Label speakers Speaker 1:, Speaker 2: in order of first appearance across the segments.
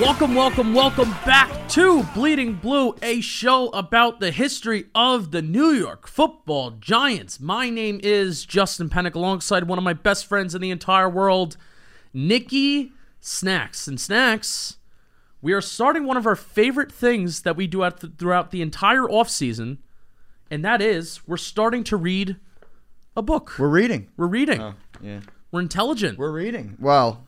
Speaker 1: Welcome, welcome, welcome back to Bleeding Blue, a show about the history of the New York football giants. My name is Justin Pennick, alongside one of my best friends in the entire world, Nikki Snacks. And Snacks, we are starting one of our favorite things that we do at throughout the entire off season, and that is we're starting to read a book. We're,
Speaker 2: We're reading.
Speaker 1: reading.
Speaker 2: Yeah.
Speaker 1: We're intelligent. We're,
Speaker 2: We're reading. Well,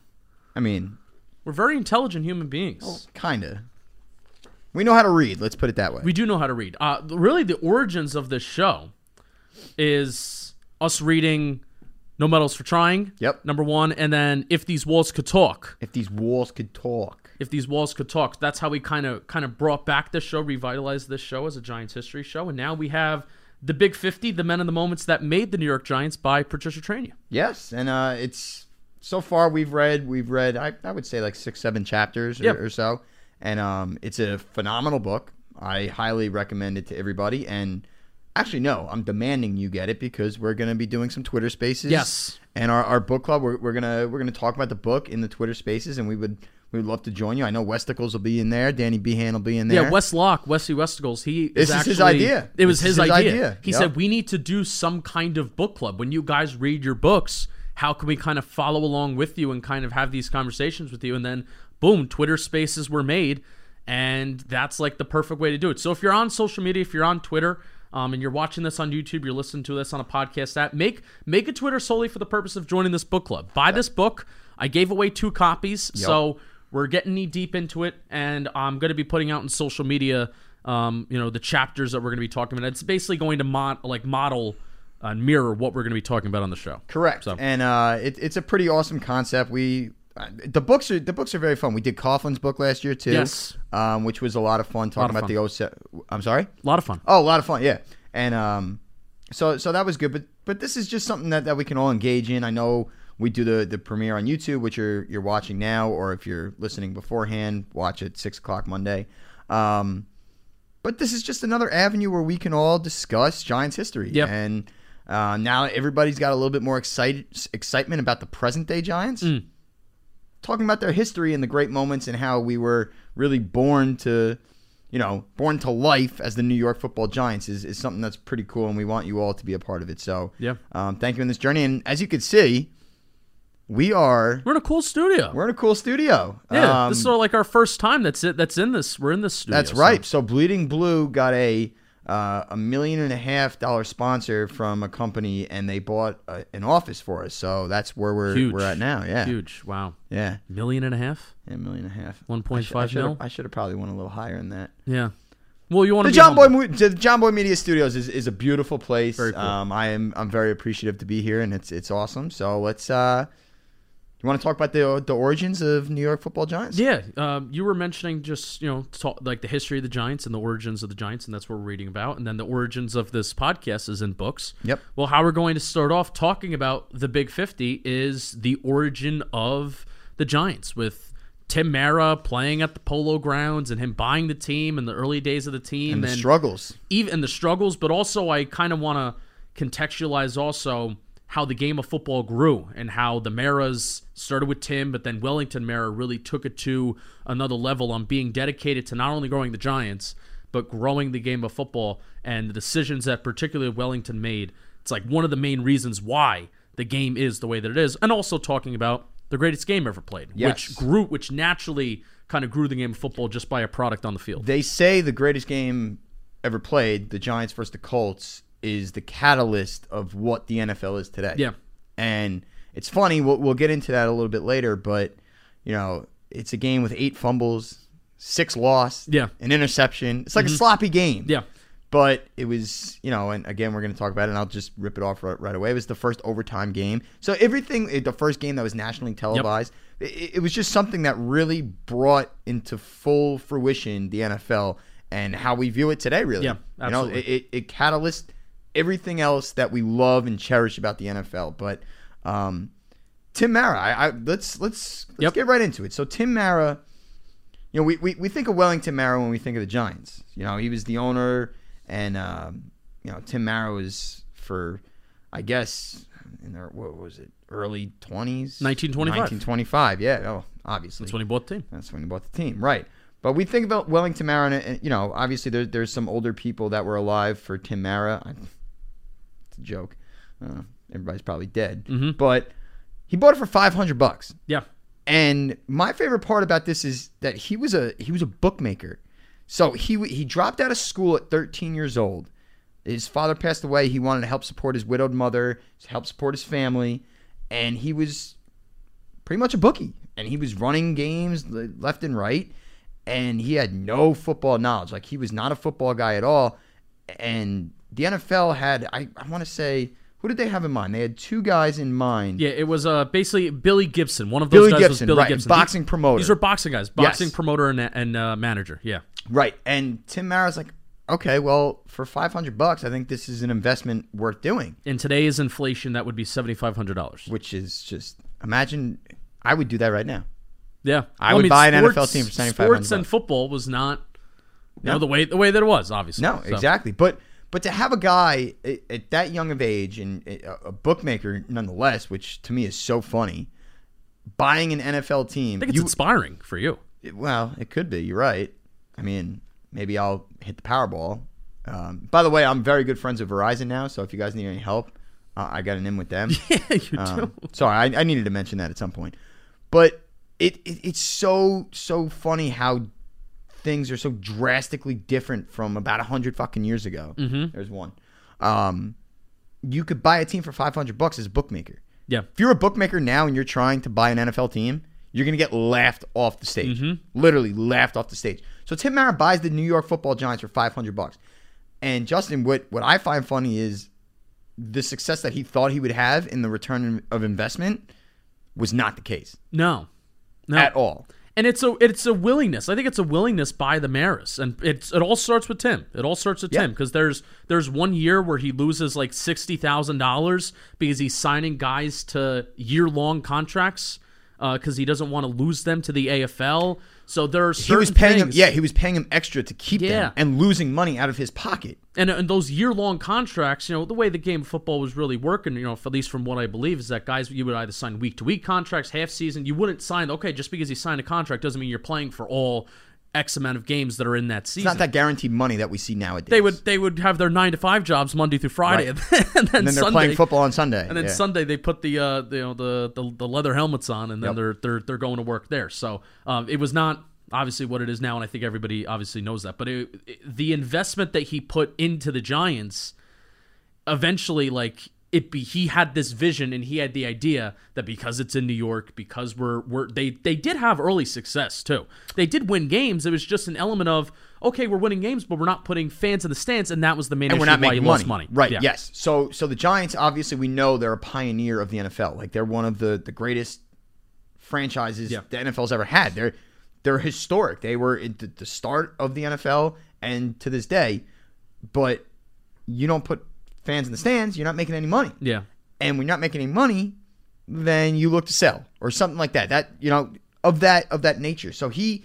Speaker 2: I mean,
Speaker 1: very intelligent human beings.
Speaker 2: kinda. We know how to read. Let's put it that way.
Speaker 1: we do know how to read. Uh, really, the origins of this show is us reading No Medals for Trying.
Speaker 2: Yep.
Speaker 1: Number one, and then If These Walls Could Talk.
Speaker 2: if these walls could talk.
Speaker 1: If These Walls Could Talk. That's how we kind of kind of brought back this show, revitalized this show as a Giants history show, and now we have the Big Fifty, the men and the moments that made the New York Giants by Patricia Trainor.
Speaker 2: Yes, and uh, it's so far we've read we've read I, I would say like six seven chapters or,
Speaker 1: Yep.
Speaker 2: or so, and um, it's a phenomenal book. I highly recommend it to everybody. And actually, no, I'm demanding you get it because we're gonna be doing some Twitter Spaces.
Speaker 1: Yes.
Speaker 2: and our, our book club we're, we're gonna we're gonna talk about the book in the Twitter Spaces, and we would we would love to join you. I know Westicles will be in there, Danny Behan will be in there.
Speaker 1: Yeah, Wes Locke, Wesley Westicles. He is
Speaker 2: This is
Speaker 1: actually,
Speaker 2: his idea.
Speaker 1: It was
Speaker 2: This
Speaker 1: his,
Speaker 2: is his
Speaker 1: idea.
Speaker 2: idea.
Speaker 1: He
Speaker 2: Yep.
Speaker 1: said we need to do some kind of book club. When you guys read your books, how can we kind of follow along with you and kind of have these conversations with you? And then boom, Twitter Spaces were made, and that's like the perfect way to do it. So if you're on social media, if you're on Twitter. Um, and you're watching this on YouTube, you're listening to this on a podcast app. Make make a Twitter solely for the purpose of joining this book club. Buy this book. I gave away two copies, so we're getting knee deep into it, and I'm going to be putting out in social media, um, you know, the chapters that we're going to be talking about. It's basically going to mod- like model uh, mirror what we're going to be talking about on the show.
Speaker 2: Correct.
Speaker 1: So-
Speaker 2: And uh, it, it's a pretty awesome concept. We uh, the books are the books are very fun. We did Coughlin's book last year too.
Speaker 1: Yes.
Speaker 2: Um, which was a lot of fun talking
Speaker 1: of
Speaker 2: about the 07 I'm sorry.
Speaker 1: A lot of fun.
Speaker 2: Oh, a lot of fun. Yeah. And um, so so that was good. But but this is just something that, that we can all engage in. I know we do the the premiere on YouTube, which you're you're watching now, or if you're listening beforehand, watch it six o'clock Monday. Um, but this is just another avenue where we can all discuss Giants history.
Speaker 1: Yep.
Speaker 2: And uh, now everybody's got a little bit more excited, excitement about the present day Giants. Talking about their history and the great moments and how we were really born to, you know, born to life as the New York football Giants is, is something that's pretty cool. And we want you all to be a part of it. So,
Speaker 1: Yeah.
Speaker 2: um, thank you in this journey. And as you can see, we are.
Speaker 1: We're in a cool studio.
Speaker 2: We're in a cool studio.
Speaker 1: yeah,
Speaker 2: Um,
Speaker 1: this is sort of like our first time. That's it. That's in this. We're in this studio.
Speaker 2: That's
Speaker 1: so-
Speaker 2: right. So Bleeding Blue got a uh, a million and a half dollar sponsor from a company, and they bought a, an office for us. So that's where we're
Speaker 1: Huge.
Speaker 2: we're at now. Yeah,
Speaker 1: Huge. Wow.
Speaker 2: yeah,
Speaker 1: Million and a half.
Speaker 2: yeah, a million and a half.
Speaker 1: 1.5
Speaker 2: I should- I
Speaker 1: mil?
Speaker 2: should've- I should have probably went a little higher than that.
Speaker 1: Yeah. Well, you want to
Speaker 2: The
Speaker 1: be
Speaker 2: John Boy
Speaker 1: humble.
Speaker 2: Mo- the John Boy Media Studios is, is a beautiful place.
Speaker 1: Very cool.
Speaker 2: Um, I am I'm very appreciative to be here, and it's it's awesome. So let's. Uh, you want to talk about the the origins of New York Football Giants?
Speaker 1: Yeah, um, you were mentioning just you know ta like the history of the Giants and the origins of the Giants, and that's what we're reading about. And then the origins of this podcast is in books.
Speaker 2: Yep.
Speaker 1: Well, how we're going to start off talking about the Big Fifty is the origin of the Giants with Tim Mara playing at the Polo Grounds and him buying the team in the early days of the team
Speaker 2: and the struggles.
Speaker 1: even and the struggles, but also I kind of want to contextualize also how the game of football grew and how the Maras started with Tim, but then Wellington Mara really took it to another level on being dedicated to not only growing the Giants but growing the game of football and the decisions that particularly Wellington made. It's like one of the main reasons why the game is the way that it is, and also talking about the greatest game ever played,
Speaker 2: Yes.
Speaker 1: which grew, which naturally kind of grew the game of football just by a product on the field.
Speaker 2: They say the greatest game ever played, the Giants versus the Colts, is the catalyst of what the NFL is today.
Speaker 1: Yeah.
Speaker 2: And it's funny, we'll, we'll get into that a little bit later, but, you know, it's a game with eight fumbles, six lost,
Speaker 1: Yeah. Mm-hmm.
Speaker 2: an interception. It's like a sloppy game.
Speaker 1: Yeah.
Speaker 2: But it was, you know, and again, we're going to talk about it, and I'll just rip it off right, right away. It was the first overtime game. So everything, it- the first game that was nationally televised, it, it was just something that really brought into full fruition the NFL and how we view it today, really.
Speaker 1: Yeah, absolutely.
Speaker 2: You know, it, it, it catalyst everything else that we love and cherish about the NFL. But um, Tim Mara. I, I let's let's let's
Speaker 1: Yep.
Speaker 2: get right into it. So Tim Mara, you know, we, we, we think of Wellington Mara when we think of the Giants. You know, he was the owner, and um, you know Tim Mara was for, I guess, in their what was it, early twenties,
Speaker 1: 1925.
Speaker 2: nineteen twenty five. Yeah, oh, obviously
Speaker 1: That's when he bought the team.
Speaker 2: that's when he bought the team, right? But we think about Wellington Mara, and, and you know, obviously there, there's some older people that were alive for Tim Mara. I, it's a joke. Uh, everybody's probably dead.
Speaker 1: Mhm.
Speaker 2: But he bought it for 500 bucks.
Speaker 1: Yeah.
Speaker 2: And my favorite part about this is that he was a he was a bookmaker. So he w- he dropped out of school at 13 years old. His father passed away. He wanted to help support his widowed mother, to help support his family, and he was pretty much a bookie. And he was running games le- left and right, and he had no football knowledge. Like he was not a football guy at all. And the NFL had I, I want to say who did they have in mind? They had two guys in mind.
Speaker 1: Yeah, it was uh, basically Billy Gibson. One of those
Speaker 2: Billy
Speaker 1: guys
Speaker 2: Gibson,
Speaker 1: was Billy
Speaker 2: right?
Speaker 1: Gibson.
Speaker 2: Boxing promoter.
Speaker 1: These, these are boxing guys, boxing promoter and, and uh, manager. Yeah.
Speaker 2: Right. And Tim Mara's like, okay, well, for 500 bucks, I think this is an investment worth doing,
Speaker 1: In today's inflation, that would be $7,500.
Speaker 2: which is just imagine I would do that right now.
Speaker 1: Yeah,
Speaker 2: I would buy an NFL team for
Speaker 1: Sports
Speaker 2: 7,500
Speaker 1: and
Speaker 2: bucks.
Speaker 1: football was not, you
Speaker 2: No.
Speaker 1: know, the way the way that it was. Obviously,
Speaker 2: No,
Speaker 1: So,
Speaker 2: exactly. But but to have a guy at, at that young of age and a a bookmaker nonetheless, which to me is so funny, buying an NFL team,
Speaker 1: I think it's
Speaker 2: you-
Speaker 1: inspiring for you.
Speaker 2: well, it could be. You're right. I mean, maybe I'll hit the Powerball. Um, by the way, I'm very good friends with Verizon now, so if you guys need any help, uh, I got an in with them.
Speaker 1: Yeah, you
Speaker 2: Um,
Speaker 1: do.
Speaker 2: sorry, I, I needed to mention that at some point. But it, it it's so so funny how things are so drastically different from about hundred fucking years ago. Mm-hmm. There's one. Um, you could buy a team for five hundred bucks as a bookmaker.
Speaker 1: Yeah,
Speaker 2: If you're a bookmaker now and you're trying to buy an NFL team, you're gonna get laughed off the stage.
Speaker 1: Mm-hmm.
Speaker 2: Literally laughed off the stage. So Tim Mara buys the New York Football Giants for five hundred bucks. And Justin, what what I find funny is the success that he thought he would have in the return of investment was not the case
Speaker 1: no, no,
Speaker 2: at all.
Speaker 1: and it's a it's a willingness. I think it's a willingness by the Maris, and it's it all starts with Tim. It all starts with
Speaker 2: Yeah.
Speaker 1: Tim because there's there's one year where he loses like sixty thousand dollars because he's signing guys to year long contracts because he doesn't want to lose them to the AFL. So there are
Speaker 2: He
Speaker 1: certain
Speaker 2: was paying him,
Speaker 1: things-
Speaker 2: yeah, he was paying him extra to keep
Speaker 1: Yeah.
Speaker 2: them and losing money out of his pocket.
Speaker 1: and, and those year long contracts, you know, the way the game of football was really working, you know, at least from what I believe, is that guys, you would either sign week to week contracts, half season. You wouldn't sign, okay, just because you signed a contract doesn't mean you're playing for all X amount of games that are in that
Speaker 2: It's
Speaker 1: season.
Speaker 2: not that guaranteed money that we see nowadays.
Speaker 1: they would they would have their nine to five jobs Monday through Friday,
Speaker 2: Right.
Speaker 1: and then, and then
Speaker 2: and then they're
Speaker 1: Sunday,
Speaker 2: playing football on Sunday.
Speaker 1: and then
Speaker 2: yeah.
Speaker 1: Sunday they put the uh the, you know the the, the leather helmets on, and then
Speaker 2: Yep.
Speaker 1: they're they're they're going to work there. So um, it was not obviously what it is now, and I think everybody obviously knows that. But it, it- the investment that he put into the Giants, eventually, like it be he had this vision and he had the idea that because it's in New York, because we're we're they they did have early success too. They did win games. It was just an element of. Okay, we're winning games, but we're not putting fans in the stands, and that was the main
Speaker 2: and
Speaker 1: issue
Speaker 2: we're not
Speaker 1: why
Speaker 2: making
Speaker 1: he
Speaker 2: money.
Speaker 1: lost money.
Speaker 2: Right.
Speaker 1: Yeah.
Speaker 2: Yes. So so the Giants obviously we know they're a pioneer of the NFL. Like they're one of the the greatest franchises
Speaker 1: Yeah.
Speaker 2: the NFL's ever had. They're they're historic. They were at the, the start of the NFL and to this day, but you don't put fans in the stands, you're not making any money.
Speaker 1: Yeah.
Speaker 2: And when you're not making any money, then you look to sell or something like that. That you know of that of that nature. So he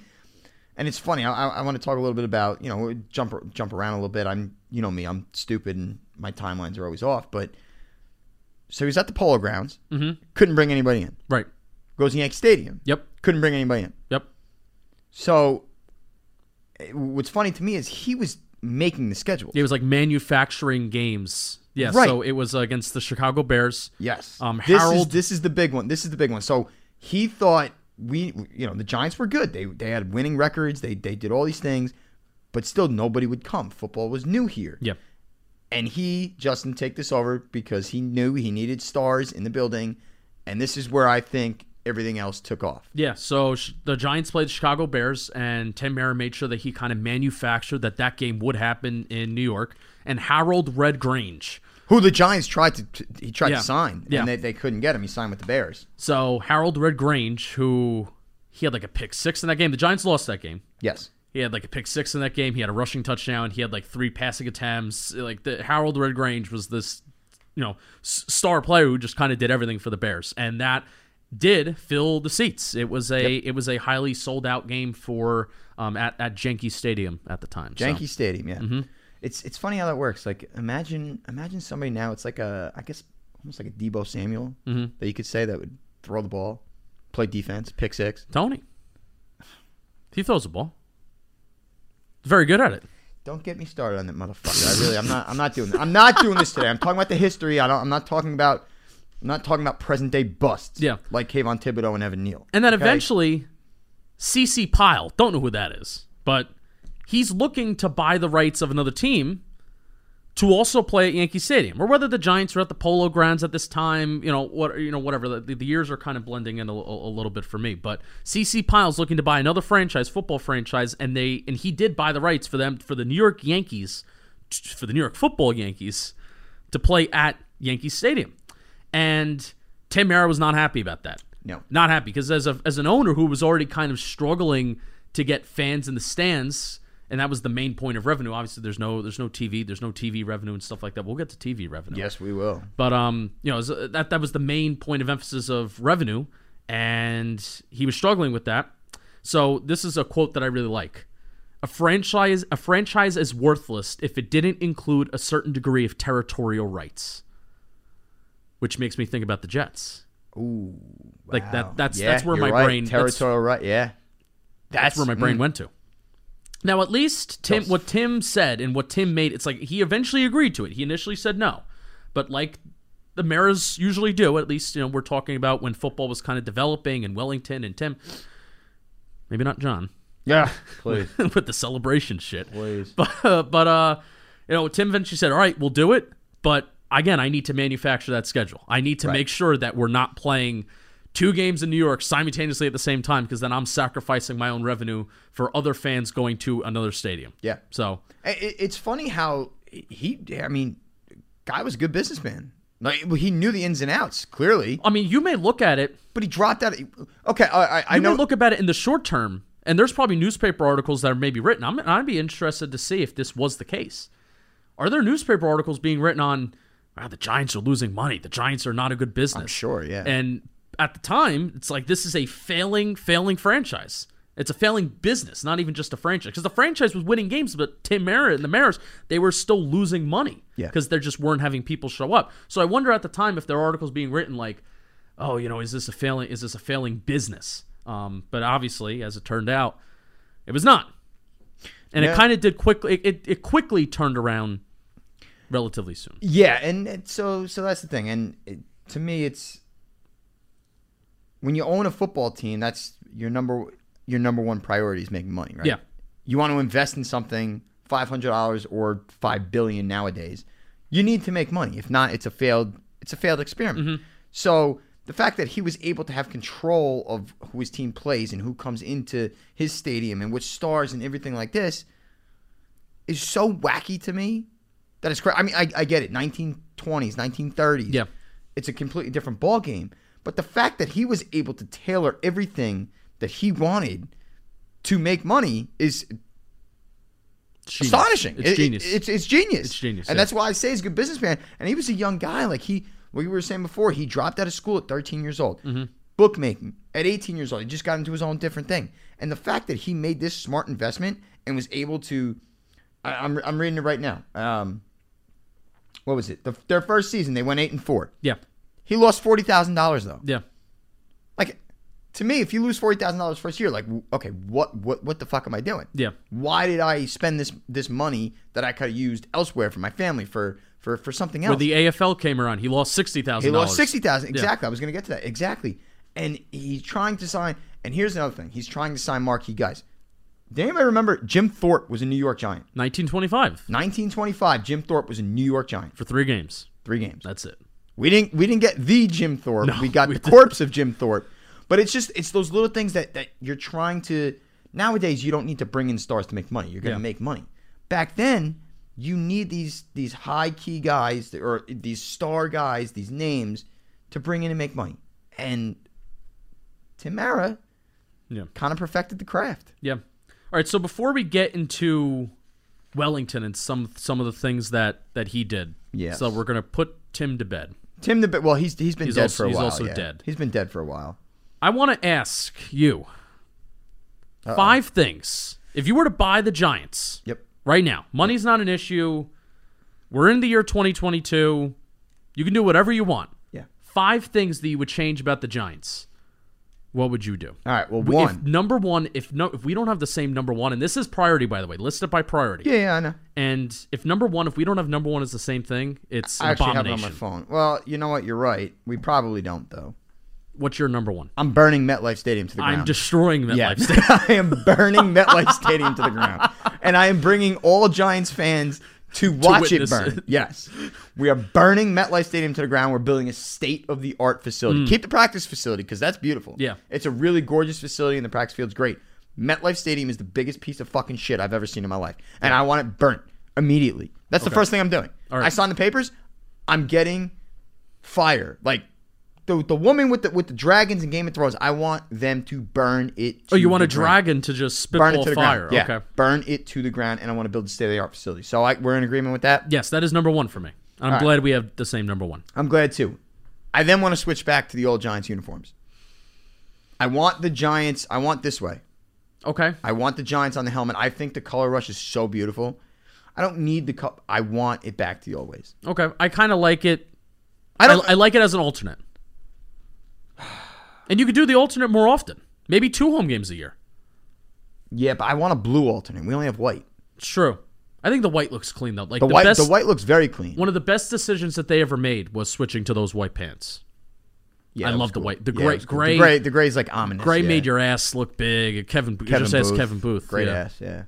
Speaker 2: and it's funny. I, I want to talk a little bit about you know jump jump around a little bit. I'm you know me. I'm stupid and my timelines are always off. But so he's at the Polo Grounds. Mm-hmm. Couldn't bring anybody in.
Speaker 1: Right.
Speaker 2: Goes to Yankee Stadium.
Speaker 1: Yep.
Speaker 2: Couldn't bring anybody in.
Speaker 1: Yep.
Speaker 2: So eh, what's funny to me is he was making the schedule.
Speaker 1: It was like manufacturing games. Yeah,
Speaker 2: Right.
Speaker 1: so it was against the Chicago Bears.
Speaker 2: Yes.
Speaker 1: Um,
Speaker 2: this is
Speaker 1: Harold-
Speaker 2: this is the big one. This is the big one. So he thought we, you know, the Giants were good. They they had winning records. They they did all these things, but still nobody would come. Football was new here.
Speaker 1: Yeah.
Speaker 2: And he Justin take this over because he knew he needed stars in the building, and this is where I think everything else took off.
Speaker 1: Yeah, so sh- the Giants played the Chicago Bears, and Tim Mara made sure that he kind of manufactured that that game would happen in New York. And Harold Red Grange.
Speaker 2: Who the Giants tried to t- he tried
Speaker 1: Yeah.
Speaker 2: to sign,
Speaker 1: Yeah.
Speaker 2: and they, they couldn't get him. He signed with the Bears.
Speaker 1: So Harold Red Grange, who he had like a pick six in that game. The Giants lost that game.
Speaker 2: Yes.
Speaker 1: He had like a pick six in that game. He had a rushing touchdown. He had like three passing attempts. Like the Harold Redgrange was this, you know, s- star player who just kind of did everything for the Bears, and that did fill the seats. It was a it was a highly sold out game for um, at at Jenke Stadium at the time. so- Mm-hmm.
Speaker 2: Yankee Stadium, yeah. It's it's funny how that works. Like imagine imagine somebody now. It's like a I guess almost like a Debo Samuel
Speaker 1: Mm-hmm.
Speaker 2: that you could say that would throw the ball, play defense, pick six.
Speaker 1: Tony, he throws the ball. Very good at it.
Speaker 2: Don't get me started on that motherfucker. I really I'm not I'm not doing I'm not doing this today. I'm talking about the history. I don't, I'm not talking about I'm not talking about present day busts.
Speaker 1: Yeah.
Speaker 2: like Kayvon Thibodeau and Evan Neal.
Speaker 1: And then
Speaker 2: Okay?
Speaker 1: eventually, CC Pyle, don't know who that is, but he's looking to buy the rights of another team to also play at Yankee Stadium, or whether the Giants are at the Polo Grounds at this time, you know, what you know, whatever. The, the years are kind of blending in a, a- a little bit for me, but CC Pyle's looking to buy another franchise, football franchise, and they and he did buy the rights for them for the New York Yankees, t- for the New York Football Yankees, to play at Yankee Stadium, and Tim Mara was not happy about that
Speaker 2: No,
Speaker 1: not happy because as a, as an owner who was already kind of struggling to get fans in the stands and that was the main point of revenue obviously there's no there's no TV there's no TV revenue and stuff like that we'll get to TV revenue
Speaker 2: yes we will.
Speaker 1: but um you know it was, uh, that that was the main point of emphasis of revenue and he was struggling with that so this is a quote that I really like a franchise a franchise is worthless if it didn't include a certain degree of territorial rights which makes me think about the Jets
Speaker 2: Ooh,
Speaker 1: Like, that-
Speaker 2: wow.
Speaker 1: that's-
Speaker 2: Yeah,
Speaker 1: that's where
Speaker 2: you're
Speaker 1: my
Speaker 2: right.
Speaker 1: brain- that's-
Speaker 2: territorial right. Yeah,
Speaker 1: that's where my brain went to. Now, at least Tim,
Speaker 2: Yes.
Speaker 1: what Tim said and what Tim made, it's like he eventually agreed to it. He initially said no, but like the mayors usually do, at least you know we're talking about when football was kind of developing and Wellington and Tim, maybe not John,
Speaker 2: yeah. Please,
Speaker 1: with the celebration shit.
Speaker 2: please.
Speaker 1: But uh, but uh, you know, Tim eventually said, "All right, we'll do it." But again, I need to manufacture that schedule. I need to make sure that we're not playing two games in New York simultaneously at the same time, because then I'm sacrificing my own revenue for other fans going to another stadium.
Speaker 2: Yeah.
Speaker 1: So
Speaker 2: I- I- It's funny how he. I mean, guy was a good businessman. Like well, he knew the ins and outs clearly,
Speaker 1: I mean, you may look at it,
Speaker 2: but he dropped out. Okay, I, I, I
Speaker 1: you may
Speaker 2: know.
Speaker 1: look about it in the short term, and there's probably newspaper articles that are maybe written. I'm I'd be interested to see if this was the case. Are there newspaper articles being written on? Wow, the Giants are losing money. The Giants are not a good business.
Speaker 2: sure, yeah.
Speaker 1: And at the time, it's like this is a failing, failing franchise. It's a failing business, not even just a franchise. Because the franchise was winning games, but Tim Mara and the Mariners, they were still losing money.
Speaker 2: Yeah.
Speaker 1: Because they just weren't having people show up. So I wonder at the time if there are articles being written like, oh, you know, is this a failing is this a failing business? Um, but obviously, as it turned out, it was not. And
Speaker 2: Yeah.
Speaker 1: it kind of did quickly it, it, it quickly turned around relatively soon.
Speaker 2: yeah, and it, so so that's the thing. And it, to me, it's when you own a football team, that's your number your number one priority is making money, right?
Speaker 1: Yeah.
Speaker 2: You want to invest in something five hundred dollars or five billion nowadays. You need to make money. If not, it's a failed it's a failed experiment. So the fact that he was able to have control of who his team plays and who comes into his stadium and which stars and everything like this is so wacky to me that it's crazy. I mean, I, I get it. 1920s, 1930s.
Speaker 1: Yeah.
Speaker 2: It's a completely different ball game. But the fact that he was able to tailor everything that he wanted to make money is
Speaker 1: Genius.
Speaker 2: astonishing.
Speaker 1: It's
Speaker 2: It- it-
Speaker 1: genius.
Speaker 2: it's, it's genius.
Speaker 1: It's genius,
Speaker 2: And
Speaker 1: yeah.
Speaker 2: that's why I say he's a good businessman. And he was a young guy. Like he, we were saying before, he dropped out of school at 13 years old.
Speaker 1: Mm-hmm.
Speaker 2: Bookmaking at 18 years old. He just got into his own different thing. And the fact that he made this smart investment and was able to, I, I'm, I'm reading it right now. Um, what was it? The, their first season, they went eight and four.
Speaker 1: yeah.
Speaker 2: He lost forty thousand dollars though.
Speaker 1: Yeah.
Speaker 2: Like, to me, if you lose forty thousand dollars first year, like, w- okay, what, what, what the fuck am I doing?
Speaker 1: Yeah.
Speaker 2: why did I spend this this money that I could have used elsewhere for my family for for for something else?
Speaker 1: When the AFL came around, he lost sixty
Speaker 2: he
Speaker 1: thousand.
Speaker 2: lost sixty thousand exactly. I was going to get to that exactly. And he's trying to sign. And here's another thing: he's trying to sign marquee guys. Did anybody remember Jim Thorpe was a New York Giant?
Speaker 1: Nineteen twenty-five
Speaker 2: 1925, Jim Thorpe was a New York Giant.
Speaker 1: for three games.
Speaker 2: Three games.
Speaker 1: That's it.
Speaker 2: We didn't we didn't get the Jim Thorpe. we got
Speaker 1: we
Speaker 2: the
Speaker 1: didn't.
Speaker 2: corpse of Jim Thorpe. But it's just it's those little things that that you're trying to nowadays you don't need to bring in stars to make money. You're going to
Speaker 1: Yeah.
Speaker 2: make money. Back then, you need these these high key guys that- or these star guys, these names to bring in and make money. And Tamara
Speaker 1: Yeah.
Speaker 2: kind of perfected the craft.
Speaker 1: Yeah. All right. So before we get into Wellington and some some of the things that that he did,
Speaker 2: Yes.
Speaker 1: So we're gonna put Tim to bed.
Speaker 2: Tim the Ba- well, he's he's been
Speaker 1: He's
Speaker 2: dead
Speaker 1: also-
Speaker 2: for a
Speaker 1: he's
Speaker 2: while.
Speaker 1: also
Speaker 2: yeah.
Speaker 1: dead.
Speaker 2: He's been dead for a while.
Speaker 1: I want to ask you five things. If you were to buy the Giants
Speaker 2: Yep.
Speaker 1: right now, money's not an issue. We're in the year 2022. You can do whatever you want.
Speaker 2: Yeah.
Speaker 1: Five things that you would change about the Giants. What would you do?
Speaker 2: All right. Well,
Speaker 1: If
Speaker 2: one.
Speaker 1: number one, if no, if we don't have the same number one, and this is priority by the way, list it by priority.
Speaker 2: Yeah, yeah, I know.
Speaker 1: And if number one, if we don't have number one as the same thing, it's an
Speaker 2: I actually have it on
Speaker 1: abomination.
Speaker 2: my phone. Well, you know what? You're right. We probably don't though.
Speaker 1: What's your number one?
Speaker 2: I'm burning MetLife Stadium to the ground.
Speaker 1: I'm destroying that
Speaker 2: Yeah,
Speaker 1: lifestyle.
Speaker 2: I am burning MetLife Stadium to the ground, and I am bringing all Giants fans to watch it
Speaker 1: witness
Speaker 2: burn.
Speaker 1: it.
Speaker 2: Yes, we are burning MetLife Stadium to the ground. We're building a state of the art facility. Keep the practice facility because that's beautiful.
Speaker 1: Mm. Yeah.
Speaker 2: it's a really gorgeous facility, and the practice field's great. MetLife Stadium is the biggest piece of fucking shit I've ever seen in my life, and I want it burnt immediately. That's the first thing I'm doing.
Speaker 1: right.
Speaker 2: I saw in the papers, I'm getting fire like. The, the woman with the with the dragons in Game of Thrones, I want them to burn it. To
Speaker 1: Oh, you want
Speaker 2: the
Speaker 1: a
Speaker 2: ground
Speaker 1: dragon to just
Speaker 2: burn
Speaker 1: spitball
Speaker 2: it to the
Speaker 1: fire?
Speaker 2: ground. Yeah.
Speaker 1: Okay.
Speaker 2: Burn it to the ground, and I want to build a state of the art facility. So I, we're in agreement with that.
Speaker 1: Yes, that is number one for me. I'm glad we have the same number one.
Speaker 2: I'm glad too. I then want to switch back to the old Giants uniforms. I want the Giants. I want this way.
Speaker 1: Okay.
Speaker 2: I want the Giants on the helmet. I think the color rush is so beautiful. I don't need the cup. I want it back to the old ways.
Speaker 1: Okay. I kind of like it.
Speaker 2: I
Speaker 1: I,
Speaker 2: don't.
Speaker 1: I like it as an alternate. And you could do the alternate more often. Maybe two home games a year.
Speaker 2: yeah, but I want a blue alternate. We only have white.
Speaker 1: It's true. I think the white looks clean though. Like
Speaker 2: The,
Speaker 1: the,
Speaker 2: white.
Speaker 1: best
Speaker 2: the white looks very clean.
Speaker 1: one of the best decisions that they ever made was switching to those white pants.
Speaker 2: yeah,
Speaker 1: I
Speaker 2: it
Speaker 1: love
Speaker 2: looks
Speaker 1: the white- the
Speaker 2: Yeah, it
Speaker 1: gray-
Speaker 2: looks cool.
Speaker 1: gray-
Speaker 2: The gray. The gray's like ominous.
Speaker 1: Gray
Speaker 2: yeah.
Speaker 1: made your ass look big. Kevin, Kevin
Speaker 2: Kevin
Speaker 1: just asked Kevin Booth.
Speaker 2: Great
Speaker 1: yeah.
Speaker 2: ass. Yeah.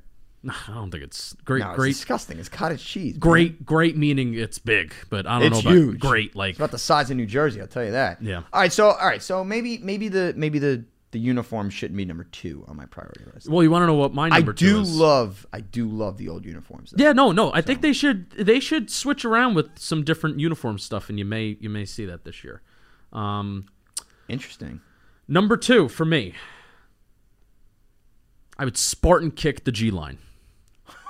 Speaker 1: I don't think it's great.
Speaker 2: No, it's
Speaker 1: great,
Speaker 2: disgusting. It's cottage cheese. man.
Speaker 1: great, great. Meaning it's big, but I don't
Speaker 2: It's
Speaker 1: know about
Speaker 2: huge.
Speaker 1: great. Like
Speaker 2: It's about the size of New Jersey, I'll tell you that.
Speaker 1: Yeah.
Speaker 2: All right, so all right, so maybe maybe the maybe the the uniform shouldn't be number two on my priority list.
Speaker 1: Well, you want to know what my
Speaker 2: I
Speaker 1: number
Speaker 2: do
Speaker 1: two is?
Speaker 2: love I do love the old uniforms. Though.
Speaker 1: yeah, no, no. I think they should they should switch around with some different uniform stuff, and you may you may see that this year. Um,
Speaker 2: Interesting.
Speaker 1: number two for me, I would Spartan kick the G line.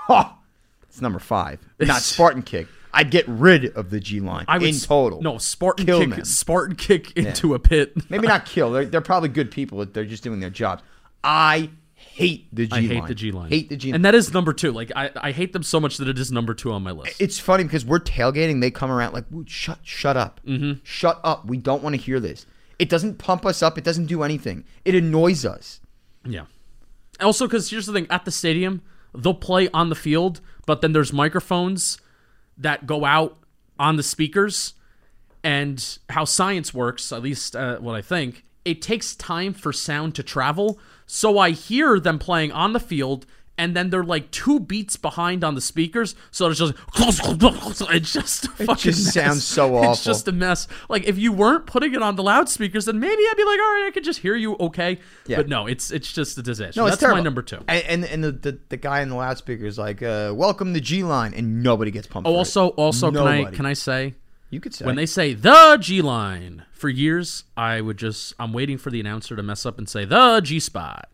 Speaker 2: Ha! It's number five. Not Spartan kick. I'd get rid of the G line
Speaker 1: I would
Speaker 2: in
Speaker 1: s-
Speaker 2: total.
Speaker 1: No Spartan
Speaker 2: Kill
Speaker 1: kick
Speaker 2: them.
Speaker 1: Spartan kick into a pit.
Speaker 2: Maybe not kill. They're, they're probably good people. They're just doing their jobs. I hate the G
Speaker 1: I
Speaker 2: line.
Speaker 1: hate the G line.
Speaker 2: Hate the G line.
Speaker 1: and that is number two. Like I, I hate them so much that it is number two on my list.
Speaker 2: it's funny because we're tailgating. They come around like, "Ooh, shut, shut up,
Speaker 1: Mm-hmm.
Speaker 2: shut up. We don't want to hear this. It doesn't pump us up. It doesn't do anything. It annoys us.
Speaker 1: Yeah. Also, because here's the thing at the stadium, they'll play on the field, but then there's microphones that go out on the speakers. And how science works, at least uh, what I think, it takes time for sound to travel. So I hear them playing on the field, and then they're like two beats behind on the speakers. So it's just, it's just a fucking
Speaker 2: just
Speaker 1: mess.
Speaker 2: sounds so
Speaker 1: It's
Speaker 2: awful.
Speaker 1: just a mess. Like if you weren't putting it on the loudspeakers, then maybe I'd be like, all right, I could just hear you okay.
Speaker 2: Yeah.
Speaker 1: But no, it's it's just a disaster.
Speaker 2: No,
Speaker 1: That's
Speaker 2: it's terrible.
Speaker 1: my number two.
Speaker 2: And and, and the, the the guy in the loudspeaker is like, uh, "Welcome to G line," and nobody gets pumped.
Speaker 1: Oh,
Speaker 2: for it.
Speaker 1: also, also, can I
Speaker 2: Nobody.
Speaker 1: can I say
Speaker 2: you could say
Speaker 1: when they say the G line for years, I would just I'm waiting for the announcer to mess up and say the G spot.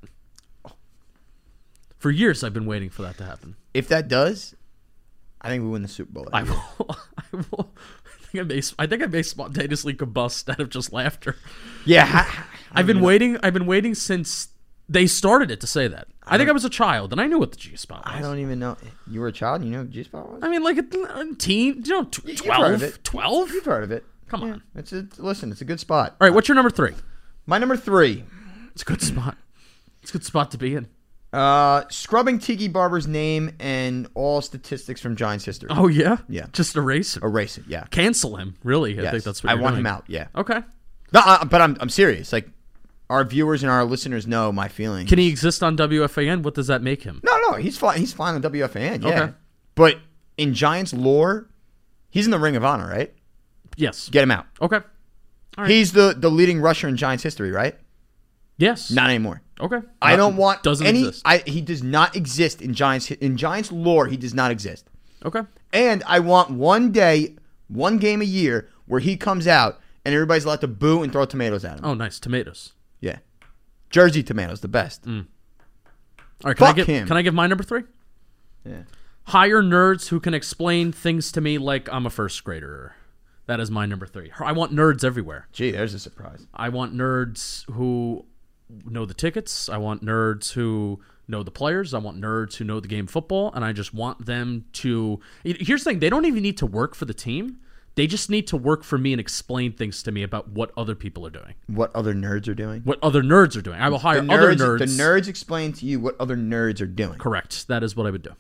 Speaker 1: For years, I've been waiting for that to happen.
Speaker 2: if that does, I think we win the Super Bowl.
Speaker 1: I will. I will. I think I may. I think I may spontaneously combust out of just laughter.
Speaker 2: yeah, ha-
Speaker 1: I've been waiting. I've been waiting since they started it to say that. I, think I was a child and I knew what the G spot was.
Speaker 2: I don't even know. You were a child. You know G spot was.
Speaker 1: I mean, like a th- a teen, you know, tw-
Speaker 2: you've heard of
Speaker 1: 12?
Speaker 2: it.
Speaker 1: 12?
Speaker 2: You've heard of it.
Speaker 1: Come on.
Speaker 2: It's a, listen. It's a good spot.
Speaker 1: All right, what's your number three?
Speaker 2: My number three.
Speaker 1: It's a good spot. It's a good spot to be in.
Speaker 2: Uh, scrubbing Tiki Barber's name and all statistics from Giants history.
Speaker 1: Oh, yeah?
Speaker 2: Yeah.
Speaker 1: Just erase him.
Speaker 2: Erase it. Yeah.
Speaker 1: Cancel him, really. I
Speaker 2: Yes.
Speaker 1: think that's what
Speaker 2: I
Speaker 1: you're
Speaker 2: want
Speaker 1: doing. Oh.
Speaker 2: him out. Yeah.
Speaker 1: Okay.
Speaker 2: No, I, but I'm I'm serious. Like our viewers and our listeners know my feelings.
Speaker 1: Can he exist on WFAN? What does that make him?
Speaker 2: No, no, he's fine. He's fine on WFAN. Yeah.
Speaker 1: Okay.
Speaker 2: But in Giants lore, he's in the Ring of Honor, right?
Speaker 1: Yes.
Speaker 2: Get him out.
Speaker 1: Okay.
Speaker 2: He's the the leading rusher in Giants history, right?
Speaker 1: Yes.
Speaker 2: Not anymore.
Speaker 1: Okay.
Speaker 2: I don't want
Speaker 1: Doesn't
Speaker 2: any.
Speaker 1: exist.
Speaker 2: I he does not exist in Giants hi- in Giants lore. He does not exist.
Speaker 1: okay.
Speaker 2: And I want one day, one game a year where he comes out and everybody's allowed to boo and throw tomatoes at him.
Speaker 1: Oh, nice. Tomatoes.
Speaker 2: Yeah. Jersey tomatoes, the best.
Speaker 1: Mm. All right, can I
Speaker 2: Fuck
Speaker 1: give,
Speaker 2: him.
Speaker 1: Can I give my number three?
Speaker 2: Yeah.
Speaker 1: Hire nerds who can explain things to me like I'm a first grader. That is my number three. I want nerds everywhere.
Speaker 2: Gee, there's a surprise.
Speaker 1: I want nerds who know the tickets. I want nerds who know the players. I want nerds who know the game of football. And I just want them to. Here's the thing they don't even need to work for the team. They just need to work for me and explain things to me about what other people are doing,
Speaker 2: What other nerds are doing?
Speaker 1: what other nerds are doing. I will hire
Speaker 2: the nerds,
Speaker 1: other nerds.
Speaker 2: The nerds explain to you what other nerds are doing.
Speaker 1: Correct. That is what I would do.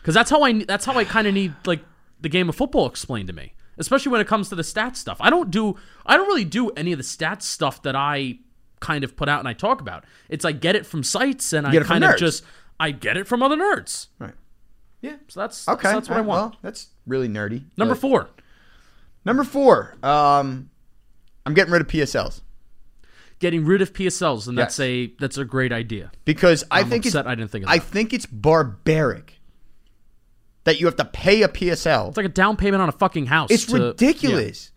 Speaker 1: Because that's how I that's how I kind of need like the game of football explained to me, especially when it comes to the stats stuff. I don't do I don't really do any of the stats stuff that I kind of put out and I talk about. It's I get it from sites and I
Speaker 2: get it from
Speaker 1: kind of
Speaker 2: nerds.
Speaker 1: just I get it from other nerds.
Speaker 2: Right. Yeah.
Speaker 1: So that's
Speaker 2: Okay.
Speaker 1: that's, that's what I
Speaker 2: all right,
Speaker 1: want.
Speaker 2: Well, that's really nerdy.
Speaker 1: Number
Speaker 2: But-
Speaker 1: four.
Speaker 2: Number four. Um, I'm getting rid of PSLs
Speaker 1: Getting rid of PSLs, and that's
Speaker 2: Yes.
Speaker 1: a that's a great idea.
Speaker 2: because I
Speaker 1: I'm
Speaker 2: think
Speaker 1: upset
Speaker 2: it's
Speaker 1: I didn't think of that.
Speaker 2: I think it's barbaric that you have to pay a PSL.
Speaker 1: it's like a down payment on a fucking house.
Speaker 2: It's
Speaker 1: to- yeah.
Speaker 2: ridiculous.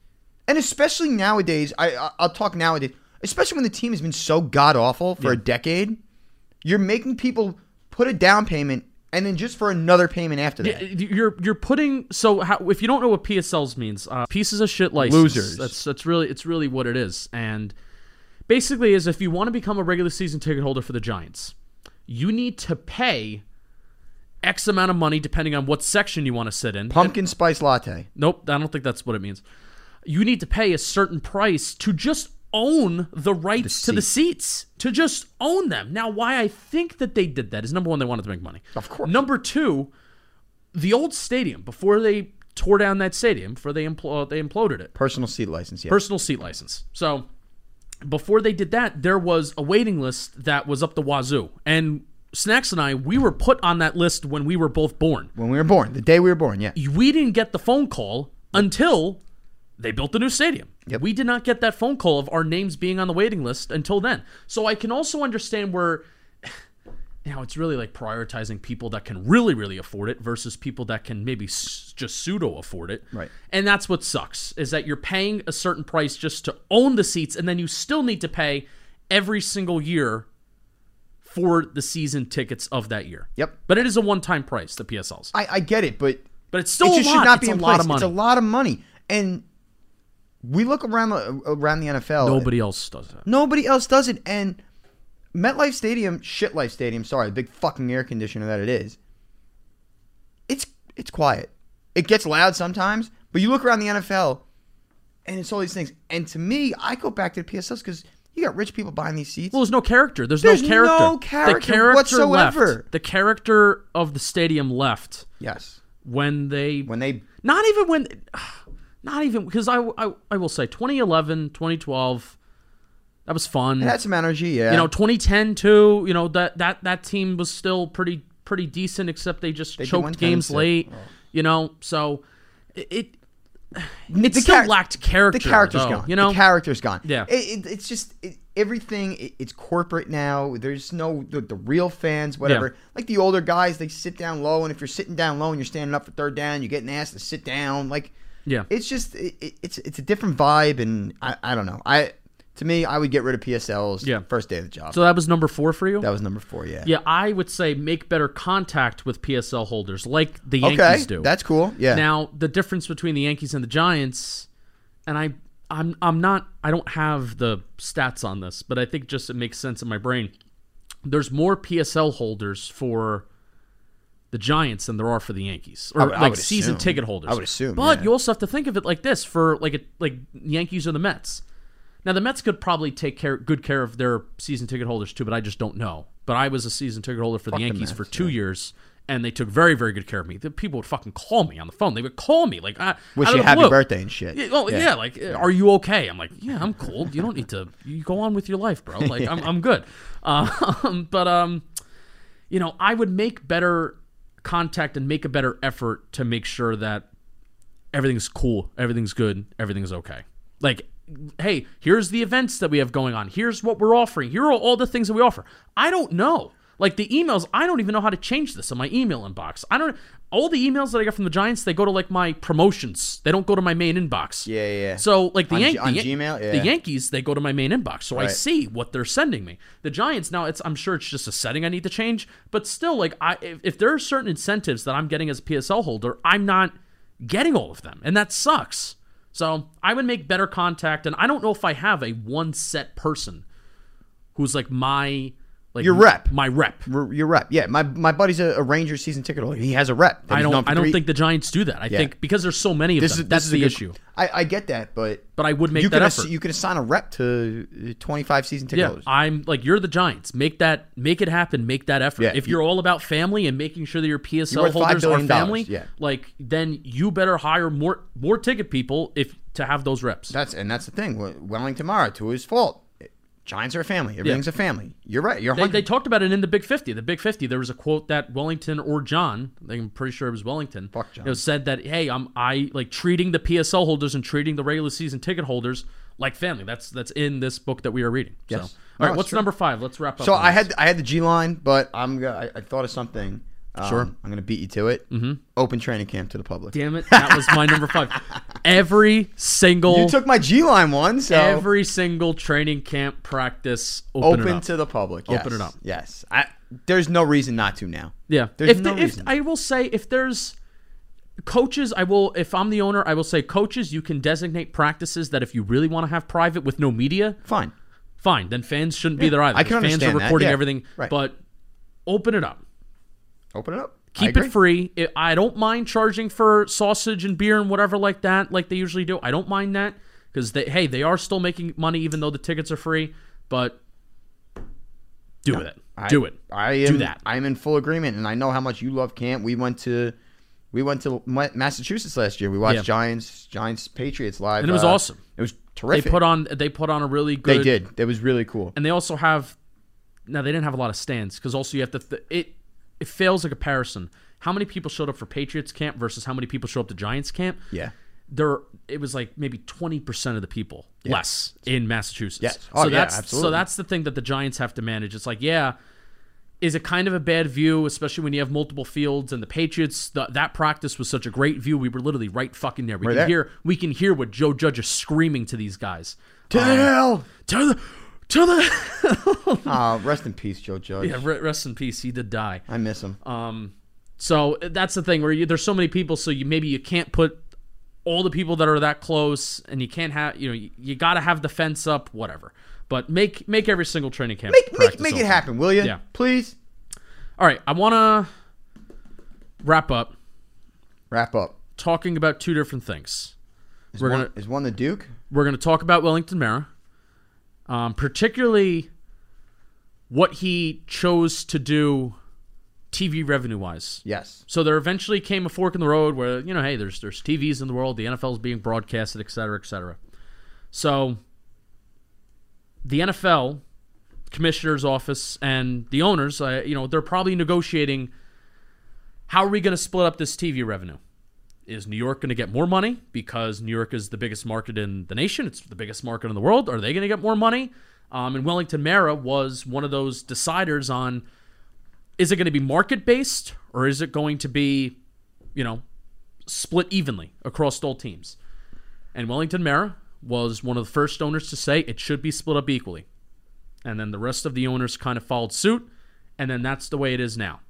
Speaker 2: And especially nowadays, I, I I'll talk nowadays, especially when the team has been so god awful for a decade, you're making people put a down payment and then just for another payment after that.
Speaker 1: Yeah, you're you're putting so how, if you don't know what PSLs means, uh, pieces of shit license.
Speaker 2: Losers.
Speaker 1: That's that's really it's really what it is. And basically, is if you want to become a regular season ticket holder for the Giants, you need to pay X amount of money depending on what section you want to sit in.
Speaker 2: Pumpkin spice latte.
Speaker 1: Nope, I don't think that's what it means. You need to pay a certain price to just own the rights to the seats, to just own them. Now, why I think that they did that is number one, they wanted to make money.
Speaker 2: Of course.
Speaker 1: Number two, the old stadium before they tore down that stadium, before they impl- uh, they imploded it
Speaker 2: Personal seat license, yeah.
Speaker 1: personal seat license. So before they did that, there was a waiting list that was up the wazoo. And Snacks and I, we were put on that list when we were both born.
Speaker 2: when we were born, the day we were born, yeah.
Speaker 1: We didn't get the phone call until they built the new stadium.
Speaker 2: Yep.
Speaker 1: We did not get that phone call of our names being on the waiting list until then. So I can also understand where now it's really like prioritizing people that can really really afford it versus people that can maybe s- just pseudo afford it
Speaker 2: Right.
Speaker 1: and that's what sucks is that you're paying a certain price just to own the seats and then you still need to pay every single year for the season tickets of that year
Speaker 2: Yep.
Speaker 1: but it is a one-time price the psls
Speaker 2: I, I get it, but
Speaker 1: but it's still
Speaker 2: it
Speaker 1: a
Speaker 2: just
Speaker 1: lot.
Speaker 2: should not
Speaker 1: it's
Speaker 2: be
Speaker 1: a
Speaker 2: in
Speaker 1: lot
Speaker 2: place.
Speaker 1: of money
Speaker 2: It's a lot of money. And we look around the around the NFL.
Speaker 1: nobody else does that
Speaker 2: Nobody else does it. And MetLife Stadium, shit life stadium, sorry, the big fucking air conditioner that it is. It's it's quiet. It gets loud sometimes, but you look around the NFL and it's all these things. And to me, I go back to the PSLs because you got rich people buying these seats.
Speaker 1: well, there's no character. There's,
Speaker 2: There's
Speaker 1: no character.
Speaker 2: no character
Speaker 1: the character
Speaker 2: whatsoever.
Speaker 1: Left. The character of the stadium left
Speaker 2: yes.
Speaker 1: when they
Speaker 2: When they
Speaker 1: not even when not even because I, I I will say 2011 2012 that was fun
Speaker 2: had some energy, yeah.
Speaker 1: you know 2010 too you know that that that team was still pretty pretty decent except they just
Speaker 2: did one
Speaker 1: choked
Speaker 2: time,
Speaker 1: games
Speaker 2: so-
Speaker 1: late you know so it it, it
Speaker 2: the
Speaker 1: still
Speaker 2: char-
Speaker 1: lacked character
Speaker 2: the character's
Speaker 1: though,
Speaker 2: gone.
Speaker 1: you know
Speaker 2: the character's gone.
Speaker 1: Yeah.
Speaker 2: it, it, it's just it, everything. It, it's corporate now. There's no the, the real fans, whatever. Like the older guys, they sit down low, and if you're sitting down low and you're standing up for third down, you're getting asked to sit down. Like,
Speaker 1: yeah
Speaker 2: it's just it, it- it's it's a different vibe, and I, I don't know. I to me, I would get rid of PSLs.
Speaker 1: Yeah.
Speaker 2: first day of the job.
Speaker 1: so that was number four for you
Speaker 2: that was number four. Yeah,
Speaker 1: yeah i would say make better contact with psl holders like the yankees
Speaker 2: Okay,
Speaker 1: do
Speaker 2: that's cool. Yeah,
Speaker 1: Now the difference between the Yankees and the Giants, and I, I'm, I'm not, I don't have the stats on this, but I think just it makes sense in my brain. There's more PSL holders for the Giants than there are for the Yankees, or
Speaker 2: would- I
Speaker 1: like
Speaker 2: would
Speaker 1: season
Speaker 2: assume.
Speaker 1: ticket holders.
Speaker 2: I would assume,
Speaker 1: but
Speaker 2: yeah.
Speaker 1: you also have to think of it like this: for like a, like Yankees or the Mets. Now the Mets could probably take care good care of their season ticket holders too, but I just don't know. But I was a season ticket holder for the Yankees for two years, and they took very very good care of me. The people would fucking call me on the phone. They would call me like, I,
Speaker 2: wish
Speaker 1: out
Speaker 2: you
Speaker 1: of the
Speaker 2: happy
Speaker 1: blue.
Speaker 2: birthday and shit.
Speaker 1: Yeah, well, yeah. like, uh, are you okay? I'm like, yeah, I'm cool. You don't need to. You go on with your life, bro. Like, I'm, I'm good. Um, but um, you know, I would make better contact and make a better effort to make sure that everything's cool, everything's good, everything's okay. Like, hey, here's the events that we have going on. Here's what we're offering. Here are all the things that we offer. I don't know. Like the emails, I don't even know how to change this in my email inbox. I don't. All the emails that I get from the Giants, they go to like my promotions. They don't go to my main inbox.
Speaker 2: Yeah, yeah, yeah.
Speaker 1: So like the
Speaker 2: On
Speaker 1: Yan-
Speaker 2: G- on
Speaker 1: the Yan-
Speaker 2: Gmail?
Speaker 1: the
Speaker 2: Yeah.
Speaker 1: Yankees, they go to my main inbox, so I
Speaker 2: Right.
Speaker 1: see what they're sending me. The Giants, now it's I'm sure it's just a setting I need to change, but still, like I if, if there are certain incentives that I'm getting as a PSL holder, I'm not getting all of them, and that sucks. So I would make better contact, and I don't know if I have a one set person who's like my like
Speaker 2: Your rep.
Speaker 1: my rep.
Speaker 2: R- Your rep, yeah. My my buddy's a, a Ranger season ticket holder. He has a rep. that
Speaker 1: I
Speaker 2: he's known
Speaker 1: don't.
Speaker 2: for
Speaker 1: I don't
Speaker 2: three-
Speaker 1: think the Giants do that. I think because there's so many of
Speaker 2: this
Speaker 1: them.
Speaker 2: is
Speaker 1: that's
Speaker 2: this is a
Speaker 1: the
Speaker 2: good-
Speaker 1: issue.
Speaker 2: I, I get that, but
Speaker 1: But I would make
Speaker 2: you
Speaker 1: that
Speaker 2: can
Speaker 1: effort.
Speaker 2: ass- you can assign a rep to twenty five season ticket
Speaker 1: yeah,
Speaker 2: holders.
Speaker 1: I'm like you're the Giants. Make that. Make it happen. Make that effort.
Speaker 2: Yeah,
Speaker 1: if
Speaker 2: you-
Speaker 1: you're all about family and making sure that your
Speaker 2: You're
Speaker 1: PSL
Speaker 2: worth
Speaker 1: holders
Speaker 2: $5
Speaker 1: are
Speaker 2: billion
Speaker 1: family,
Speaker 2: yeah.
Speaker 1: like then you better hire more more ticket people if to have those reps.
Speaker 2: That's and that's the thing. Wel- Wellington Mara, to his fault, Giants are a family. Everything's a family. You're right. You're
Speaker 1: They,
Speaker 2: hundred.
Speaker 1: they talked about it in the Big 50. The Big 50, there was a quote that Wellington or John, I think I'm pretty sure it was Wellington,
Speaker 2: Fuck John.
Speaker 1: You know, said that, hey, I'm I like treating the PSL holders and treating the regular season ticket holders like family. That's that's in this book that we are reading. So, all
Speaker 2: Yes.
Speaker 1: right,
Speaker 2: No, it's
Speaker 1: what's
Speaker 2: true.
Speaker 1: number five? Let's wrap up.
Speaker 2: So
Speaker 1: on
Speaker 2: I
Speaker 1: this.
Speaker 2: had I had the G line, but I'm go- I, I thought of something. Um,
Speaker 1: Sure.
Speaker 2: I'm gonna beat you to it. Mm-hmm. Open training camp to the public.
Speaker 1: Damn it, that was my number five. Every single
Speaker 2: You took my G line one, so
Speaker 1: every single training camp practice open,
Speaker 2: open,
Speaker 1: it up.
Speaker 2: to the public.
Speaker 1: Open
Speaker 2: yes.
Speaker 1: it up.
Speaker 2: Yes, I, there's no reason not to now.
Speaker 1: Yeah.
Speaker 2: There's
Speaker 1: if the-
Speaker 2: no
Speaker 1: if
Speaker 2: reason.
Speaker 1: I will say if there's coaches, I will if I'm the owner, I will say coaches, you can designate practices that if you really want to have private with no media,
Speaker 2: Fine.
Speaker 1: fine. Then fans shouldn't be there either.
Speaker 2: I can
Speaker 1: fans
Speaker 2: understand
Speaker 1: are
Speaker 2: that,
Speaker 1: recording
Speaker 2: yeah,
Speaker 1: everything.
Speaker 2: right.
Speaker 1: But open it up.
Speaker 2: Open it up. I
Speaker 1: Keep
Speaker 2: agree.
Speaker 1: it free. I- I don't mind charging for sausage and beer and whatever like that, like they usually do. I don't mind that because they, hey, they are still making money even though the tickets are free. But do with it.
Speaker 2: I-
Speaker 1: do it.
Speaker 2: I am,
Speaker 1: Do that.
Speaker 2: I am in full agreement, and I know how much you love camp. We went to, we went to Ma- Massachusetts last year. We watched
Speaker 1: Yeah.
Speaker 2: Giants, Giants, Patriots live, uh,
Speaker 1: And it was awesome.
Speaker 2: It was
Speaker 1: They
Speaker 2: terrific.
Speaker 1: put on they put on a really good.
Speaker 2: They did. It was really cool.
Speaker 1: and they also have now they didn't have a lot of stands because also you have to th- it it fails a comparison how many people showed up for patriots camp versus how many people showed up to giants camp
Speaker 2: Yeah.
Speaker 1: there it was like maybe 20% of the people less in massachusetts
Speaker 2: Yes. Oh,
Speaker 1: so
Speaker 2: yeah,
Speaker 1: that's so
Speaker 2: absolutely.
Speaker 1: that's the thing that the giants have to manage it's like yeah is it kind of a bad view, especially when you have multiple fields and the Patriots? The, that practice was such a great view. We were literally right fucking there. We can
Speaker 2: there.
Speaker 1: hear we can hear what Joe Judge is screaming to these guys.
Speaker 2: To the hell.
Speaker 1: To the to the
Speaker 2: Um, Uh, rest in peace, Joe Judge.
Speaker 1: Yeah, Uh, re- rest in peace. He did die.
Speaker 2: I miss him.
Speaker 1: So uh, that's the thing where you, there's so many people, so you maybe you can't put all the people that are that close, and you can't have you know you, you got to have the fence up, whatever. But make make every single training camp
Speaker 2: make make,
Speaker 1: practice
Speaker 2: make it
Speaker 1: open.
Speaker 2: happen, will you?
Speaker 1: Yeah.
Speaker 2: Please
Speaker 1: All right, I want to wrap up
Speaker 2: wrap up.
Speaker 1: talking about two different things.
Speaker 2: Is
Speaker 1: We're
Speaker 2: one,
Speaker 1: gonna-
Speaker 2: is one the Duke?
Speaker 1: We're going to talk about Wellington Mara, um, particularly what he chose to do TV revenue wise.
Speaker 2: Yes.
Speaker 1: So there eventually came a fork in the road where you know, hey, there's there's TVs in the world, the NFL's being broadcasted, et cetera, et cetera. So the NFL commissioner's office and the owners, uh, you know, they're probably negotiating. How are we going to split up this TV revenue? Is New York going to get more money because New York is the biggest market in the nation? It's the biggest market in the world. Are they going to get more money? Um, and Wellington Mara was one of those deciders on is it going to be market based or is it going to be, you know, split evenly across all teams? And Wellington Mara was one of the first owners to say it should be split up equally. And then the rest of the owners kind of followed suit. And then that's the way it is now.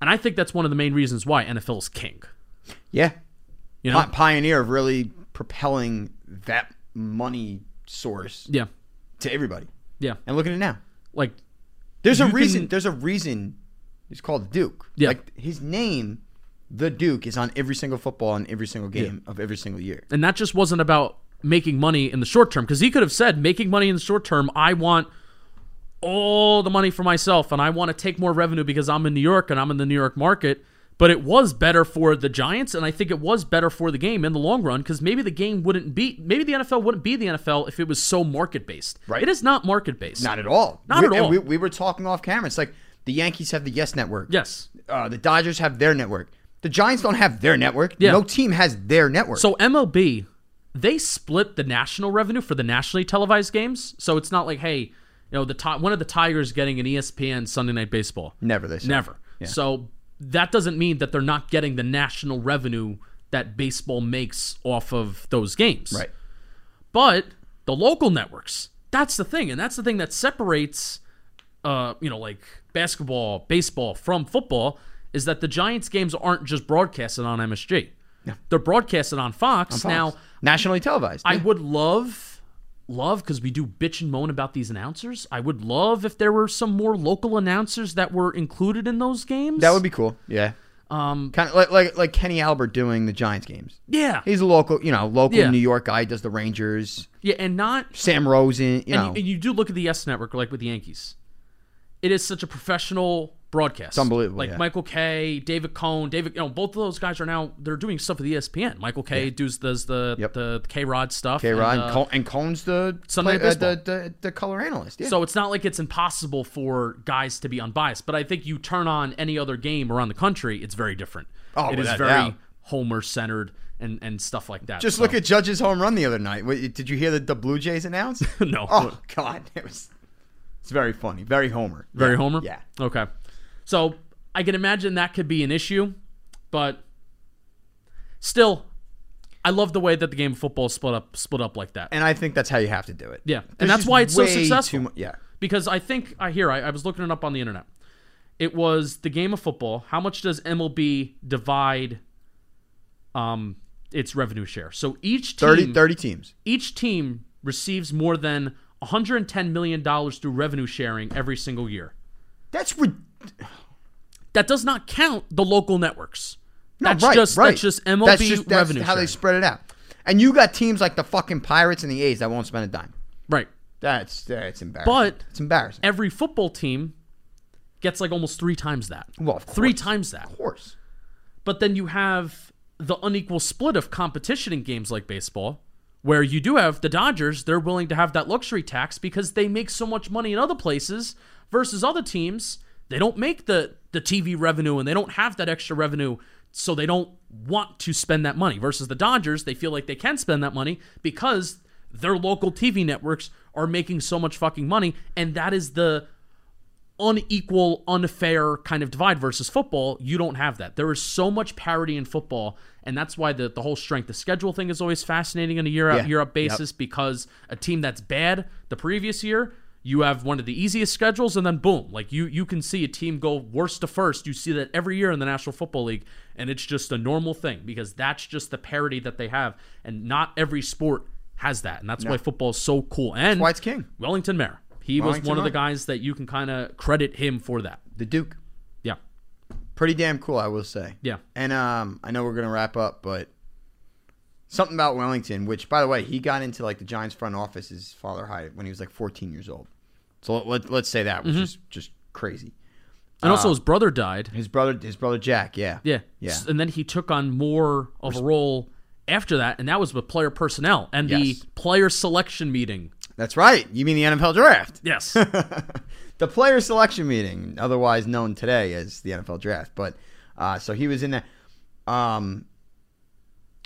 Speaker 1: And I think that's one of the main reasons why NFL is king.
Speaker 2: Yeah.
Speaker 1: You know?
Speaker 2: Pi- Pioneer of really propelling that money source
Speaker 1: Yeah.
Speaker 2: to everybody.
Speaker 1: Yeah.
Speaker 2: And look at it now.
Speaker 1: Like,
Speaker 2: There's a
Speaker 1: You
Speaker 2: reason.
Speaker 1: can-
Speaker 2: there's a reason. He's called Duke.
Speaker 1: Yeah.
Speaker 2: Like his name, the Duke, is on every single football in every single game of every single year.
Speaker 1: and that just wasn't about making money in the short term because he could have said making money in the short term i want all the money for myself and i want to take more revenue because i'm in new york and i'm in the new york market but it was better for the giants and i think it was better for the game in the long run because maybe the game wouldn't be maybe the nfl wouldn't be the nfl if it was so market based
Speaker 2: Right.
Speaker 1: it is not market based
Speaker 2: Not at all.
Speaker 1: Not
Speaker 2: we,
Speaker 1: at
Speaker 2: and
Speaker 1: all.
Speaker 2: We, we were talking off camera. It's like the Yankees have the Yes Network.
Speaker 1: yes
Speaker 2: Uh, the Dodgers have their network. The Giants don't have their network.
Speaker 1: Yeah.
Speaker 2: No team has their network.
Speaker 1: So MLB, they split the national revenue for the nationally televised games. So it's not like, hey, you know, the ti- one of the Tigers getting an E ESPN Sunday Night Baseball.
Speaker 2: never this.
Speaker 1: Never. So that doesn't mean that they're not getting the national revenue that baseball makes off of those games.
Speaker 2: Right.
Speaker 1: But the local networks, that's the thing, and that's the thing that separates uh, you know, like basketball, baseball from football is that the Giants games aren't just broadcasted on MSG. They're broadcasted on Fox. Now,
Speaker 2: nationally televised.
Speaker 1: I would love, love, because we do bitch and moan about these announcers. I would love if there were some more local announcers that were included in those games.
Speaker 2: that would be cool. Yeah,
Speaker 1: um,
Speaker 2: kind of like, like like Kenny Albert doing the Giants games.
Speaker 1: yeah,
Speaker 2: He's a local, you know, local
Speaker 1: Yeah.
Speaker 2: New York guy. Does the Rangers?
Speaker 1: yeah, and not.
Speaker 2: Sam Rosen, you know,
Speaker 1: And you, and you do look at the S Network, like with the Yankees. It is such a professional broadcast. It's
Speaker 2: unbelievable,
Speaker 1: Like
Speaker 2: yeah.
Speaker 1: Michael Kay, David Cohn, David. You know, both of those guys are now they're doing stuff with E ESPN. Michael Kay does does the
Speaker 2: Yep.
Speaker 1: the K Rod stuff.
Speaker 2: K.
Speaker 1: and,
Speaker 2: Rod
Speaker 1: uh,
Speaker 2: and, Cone, and Cone's the,
Speaker 1: Sunday
Speaker 2: play- uh,
Speaker 1: Baseball.
Speaker 2: the, the the color analyst. Yeah.
Speaker 1: So it's not like it's impossible for guys to be unbiased, but I think you turn on any other game around the country, it's very different.
Speaker 2: Oh,
Speaker 1: it is
Speaker 2: without
Speaker 1: very
Speaker 2: doubt.
Speaker 1: Homer centered and and stuff like that.
Speaker 2: Just
Speaker 1: So-
Speaker 2: look at Judge's home run the other night. What, did you hear the, the Blue Jays announce?
Speaker 1: no,
Speaker 2: oh God, it was. It's very funny, very Homer,
Speaker 1: very
Speaker 2: Yeah,
Speaker 1: Homer.
Speaker 2: Yeah,
Speaker 1: Okay, so I can imagine that could be an issue, but still, I love the way that the game of football is split up split up like that.
Speaker 2: and I think that's how you have to do it.
Speaker 1: Yeah, and
Speaker 2: There's
Speaker 1: that's
Speaker 2: just
Speaker 1: why it's so
Speaker 2: way too
Speaker 1: successful.
Speaker 2: mu- yeah,
Speaker 1: because I think I hear I, I was looking it up on the internet. It was the game of football. How much does MLB divide um its revenue share? So each team
Speaker 2: 30, 30 teams.
Speaker 1: each team receives more than 110 million dollars through revenue sharing every single year.
Speaker 2: That's rid-
Speaker 1: That does not count the local networks.
Speaker 2: no,
Speaker 1: that's
Speaker 2: right,
Speaker 1: just
Speaker 2: right.
Speaker 1: that's just MLB
Speaker 2: That's just- that's
Speaker 1: revenue
Speaker 2: how
Speaker 1: sharing.
Speaker 2: they spread it out. And you got teams like the fucking Pirates and the A's that won't spend a dime.
Speaker 1: right.
Speaker 2: That's that's embarrassing.
Speaker 1: But-
Speaker 2: it's embarrassing.
Speaker 1: Every football team gets like almost 3 times that.
Speaker 2: Well, of course.
Speaker 1: 3 times that.
Speaker 2: of course.
Speaker 1: But then you have the unequal split of competition in games like baseball, where you do have the Dodgers, they're willing to have that luxury tax because they make so much money in other places versus other teams, they don't make the the TV revenue and they don't have that extra revenue, so they don't want to spend that money. Versus the Dodgers, they feel like they can spend that money because their local TV networks are making so much fucking money and that is the unequal, unfair kind of divide versus football, you don't have that. There is so much parity in football, and that's why the, the whole strength of schedule thing is always fascinating on a year out
Speaker 2: Yeah.
Speaker 1: year up
Speaker 2: Yep.
Speaker 1: basis because a team that's bad the previous year, you have one of the easiest schedules, and then boom, like you you can see a team go worst to first. You see that every year in the National Football League, and it's just a normal thing because that's just the parity that they have, and not every sport has that, and that's why football is so cool. And
Speaker 2: why it's king.
Speaker 1: Wellington Mayor. He was
Speaker 2: Wellington
Speaker 1: one of the
Speaker 2: Mayor.
Speaker 1: guys that you can kind of credit him for that.
Speaker 2: The Duke.
Speaker 1: Yeah.
Speaker 2: Pretty damn cool, I will say.
Speaker 1: Yeah.
Speaker 2: And um, I know we're gonna wrap up, but something about Wellington, which by the way, he got into like the Giants front office. His father hired when he was like 14 years old. So let, let, us say that,
Speaker 1: Mm-hmm.
Speaker 2: which is just crazy.
Speaker 1: And also his brother died.
Speaker 2: His brother, his brother Jack, Uh, yeah,
Speaker 1: Yeah.
Speaker 2: Yeah.
Speaker 1: S- And then he took on more of a role after that, and that was with player personnel and
Speaker 2: Yes.
Speaker 1: the player selection meeting.
Speaker 2: that's right. You mean the NFL draft?
Speaker 1: Yes.
Speaker 2: the player selection meeting, otherwise known today as the NFL draft. But uh, so he was in that. Um,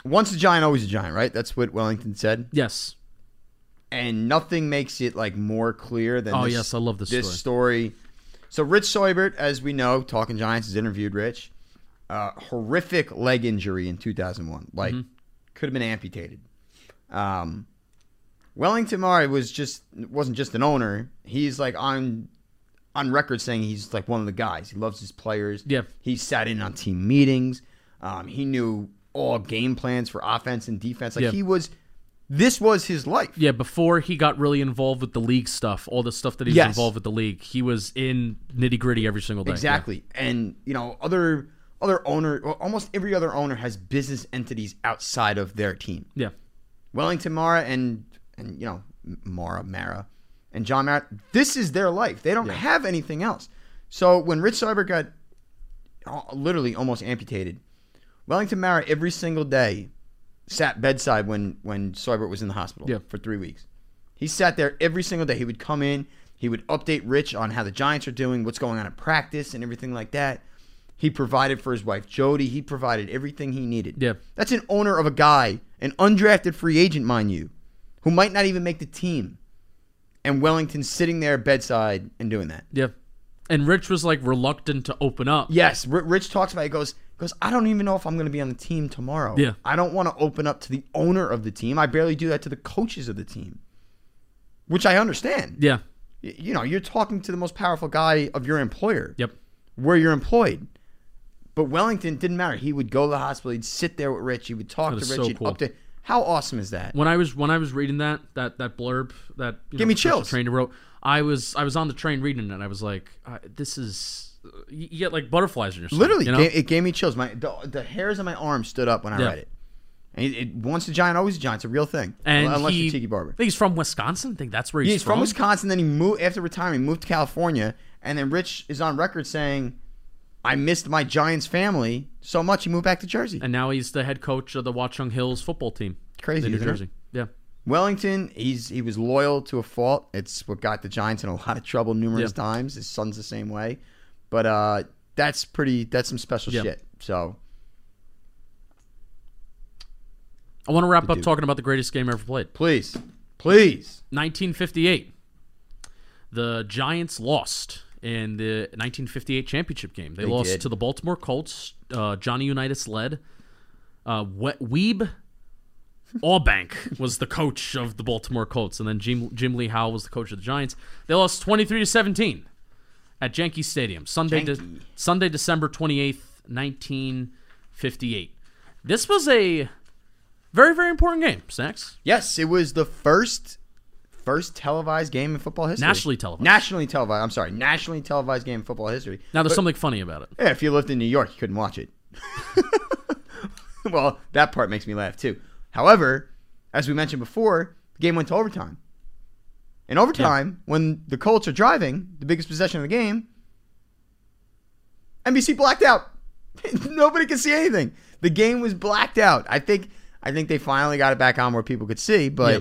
Speaker 2: once a giant, always a giant, right? That's what Wellington said.
Speaker 1: yes.
Speaker 2: and nothing makes it like more clear than
Speaker 1: Oh,
Speaker 2: this,
Speaker 1: yes, I love this
Speaker 2: story. So Rich Soibert, as we know, Talking Giants has interviewed Rich. Uh, horrific leg injury in 2001,
Speaker 1: Mm-hmm.
Speaker 2: like could have been amputated. Um, Wellington Murray was just wasn't just an owner. He's like on on record saying he's like one of the guys. He loves his players.
Speaker 1: Yeah.
Speaker 2: he sat in on team meetings. Um, he knew all game plans for offense and defense. Like
Speaker 1: Yeah.
Speaker 2: he was, this was his life.
Speaker 1: Yeah, before he got really involved with the league stuff, all the stuff that he was
Speaker 2: Yes.
Speaker 1: involved with the league, he was in nitty gritty every single day. Yeah.
Speaker 2: Exactly. And you know, other other owner, well, almost every other owner has business entities outside of their team.
Speaker 1: Yeah.
Speaker 2: Wellington Mara and and you know M- Mara Mara and John Mara. This is their life. They don't have anything else. So when Rich Cyber got uh, literally almost amputated, Wellington Mara every single day sat bedside when when Soybert was in the hospital
Speaker 1: Yeah.
Speaker 2: for three weeks. He sat there every single day. He would come in. He would update Rich on how the Giants are doing, what's going on at practice, and everything like that. He provided for his wife Jody. He provided everything he needed.
Speaker 1: Yeah.
Speaker 2: That's an owner of a guy, an undrafted free agent, mind you, who might not even make the team. And Wellington sitting there bedside and doing that.
Speaker 1: Yeah. And Rich was like reluctant to open up.
Speaker 2: Yes, R- Rich talks about it. he Goes, goes. I don't even know if I'm going to be on the team tomorrow.
Speaker 1: Yeah.
Speaker 2: I don't want to open up to the owner of the team. I barely do that to the coaches of the team, which I understand.
Speaker 1: Yeah.
Speaker 2: Y- You know, you're talking to the most powerful guy of your employer
Speaker 1: Yep.
Speaker 2: where you're employed. But Wellington didn't matter. He would go to the hospital. He'd sit there with Rich. He would talk
Speaker 1: That
Speaker 2: to
Speaker 1: is
Speaker 2: Rich.
Speaker 1: so
Speaker 2: he'd
Speaker 1: cool.
Speaker 2: update. How awesome is that?
Speaker 1: when I was when I was reading that that that blurb that you
Speaker 2: Give
Speaker 1: know,
Speaker 2: me
Speaker 1: Patricia
Speaker 2: chills.
Speaker 1: Trainer wrote. I was I was on the train reading it. and I was like, uh, this is you you get like butterflies in your stomach.
Speaker 2: Literally,
Speaker 1: you know?
Speaker 2: ga- it gave me chills. My the, the hairs on my arm stood up when I
Speaker 1: Yeah.
Speaker 2: read it. And it, it- once a giant, always a giant. It's a real thing.
Speaker 1: and
Speaker 2: unless
Speaker 1: he,
Speaker 2: you're Tiki Barber.
Speaker 1: I think he's from Wisconsin. I think that's where he's,
Speaker 2: Yeah, he's from, Wisconsin. Then he moved after retirement, he moved to California, and then Rich is on record saying, "I missed my Giants family so much. He moved back to Jersey.
Speaker 1: and now he's the head coach of the Watchung Hills football team,
Speaker 2: Crazy,
Speaker 1: the New
Speaker 2: isn't it?
Speaker 1: Jersey. Yeah,
Speaker 2: Wellington, he's he was loyal to a fault. It's what got the Giants in a lot of trouble numerous
Speaker 1: Yeah.
Speaker 2: times. His son's the same way, but uh, that's pretty. That's some special
Speaker 1: Yeah.
Speaker 2: shit. So
Speaker 1: I want to wrap up
Speaker 2: Duke.
Speaker 1: talking about the greatest game ever played.
Speaker 2: please, please,
Speaker 1: 1958, the Giants lost in the 1958 championship game. They, lost
Speaker 2: did.
Speaker 1: to the Baltimore Colts. Uh, Johnny Unitas led. Uh, we- Weeb Allbank was the coach of the Baltimore Colts, and then Jim, Jim Lee Howell was the coach of the Giants. They lost 23 to 17 at Yankee Stadium Sunday, de-
Speaker 2: Yankee.
Speaker 1: Sunday, December 28th, 1958. This was a very, very important game, Snacks.
Speaker 2: yes, it was the first first televised game in football history.
Speaker 1: Nationally televised.
Speaker 2: Nationally televised. I'm sorry, nationally televised game in football history.
Speaker 1: Now, there's something funny about it.
Speaker 2: Yeah, Eh, if you lived in New York, you couldn't watch it. well, that part makes me laugh too. However, as we mentioned before, the game went to overtime. In overtime, when the Colts are driving, the biggest possession of the game, NBC blacked out. Nobody could see anything. The game was blacked out. I think I think they finally got it back on where people could see, but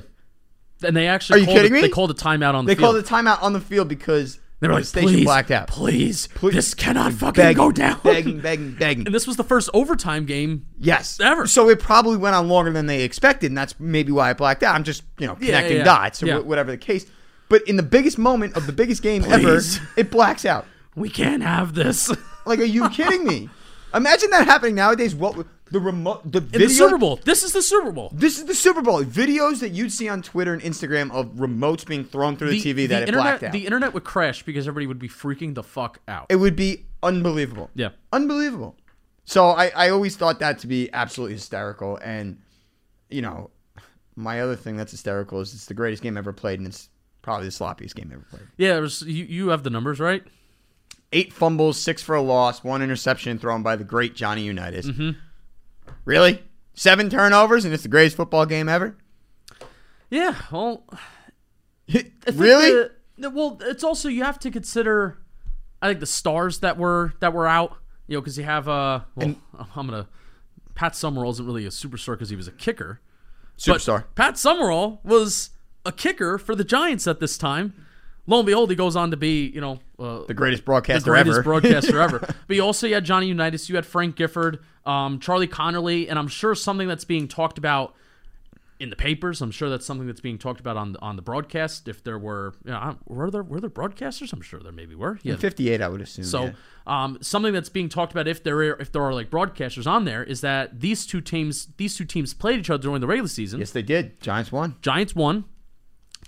Speaker 1: Yeah. And they actually
Speaker 2: Are you
Speaker 1: called
Speaker 2: kidding
Speaker 1: a,
Speaker 2: me?
Speaker 1: They called a timeout on
Speaker 2: they
Speaker 1: the field.
Speaker 2: called a timeout on the field because
Speaker 1: they were
Speaker 2: the
Speaker 1: like,
Speaker 2: station
Speaker 1: please,
Speaker 2: blacked out.
Speaker 1: Please,
Speaker 2: Please.
Speaker 1: this cannot fucking
Speaker 2: Begging,
Speaker 1: go down.
Speaker 2: begging, begging, begging.
Speaker 1: And this was the first overtime game.
Speaker 2: Yes.
Speaker 1: Ever.
Speaker 2: So it probably went on longer than they expected, and that's maybe why I blacked out. I'm just, you know, connecting
Speaker 1: yeah.
Speaker 2: dots or wh-
Speaker 1: Yeah.
Speaker 2: whatever the case. But in the biggest moment of the biggest game ever,
Speaker 1: Please.
Speaker 2: it blacks out.
Speaker 1: We can't have this.
Speaker 2: Like, are you kidding me? Imagine that happening nowadays. What w- the remote, the
Speaker 1: In
Speaker 2: video.
Speaker 1: the Super Bowl. This is the Super Bowl.
Speaker 2: This is the Super Bowl. Videos that you'd see on Twitter and Instagram of remotes being thrown through the, TV that it
Speaker 1: internet,
Speaker 2: blacked out.
Speaker 1: the internet would crash because everybody would be freaking the fuck out.
Speaker 2: it would be unbelievable.
Speaker 1: yeah.
Speaker 2: unbelievable. So I, I always thought that to be absolutely hysterical. And, you know, my other thing that's hysterical is it's the greatest game ever played, and it's probably the sloppiest game ever played.
Speaker 1: Yeah, it was, you, you have the numbers, right?
Speaker 2: Eight fumbles, six for a loss, one interception thrown by the great Johnny Unitas.
Speaker 1: Mm-hmm.
Speaker 2: Really? Seven turnovers, and it's the greatest football game ever?
Speaker 1: Yeah. Well, I think
Speaker 2: really?
Speaker 1: the- the- well, it's also you have to consider, I think the stars that were that were out. You know, because you have uh, well, I'm gonna Pat Summerall isn't really a superstar because he was a kicker. but
Speaker 2: Superstar.
Speaker 1: Pat Summerall was a kicker for the Giants at this time. Lo and behold, he goes on to be you know uh,
Speaker 2: The greatest broadcaster
Speaker 1: greatest
Speaker 2: ever.
Speaker 1: broadcaster ever. But you also had Johnny Unitas, you had Frank Gifford, um, Charlie Connerly, and I'm sure something that's being talked about in the papers. I'm sure that's something that's being talked about on the, on the broadcast. If there were, you know, I don't- were there were there broadcasters? I'm sure there maybe were. Yeah.
Speaker 2: 58, I would assume.
Speaker 1: So
Speaker 2: yeah.
Speaker 1: um, something that's being talked about if there are, if there are like broadcasters on there is that these two teams these two teams played each other during the regular season.
Speaker 2: Yes, they did. Giants won.
Speaker 1: Giants won,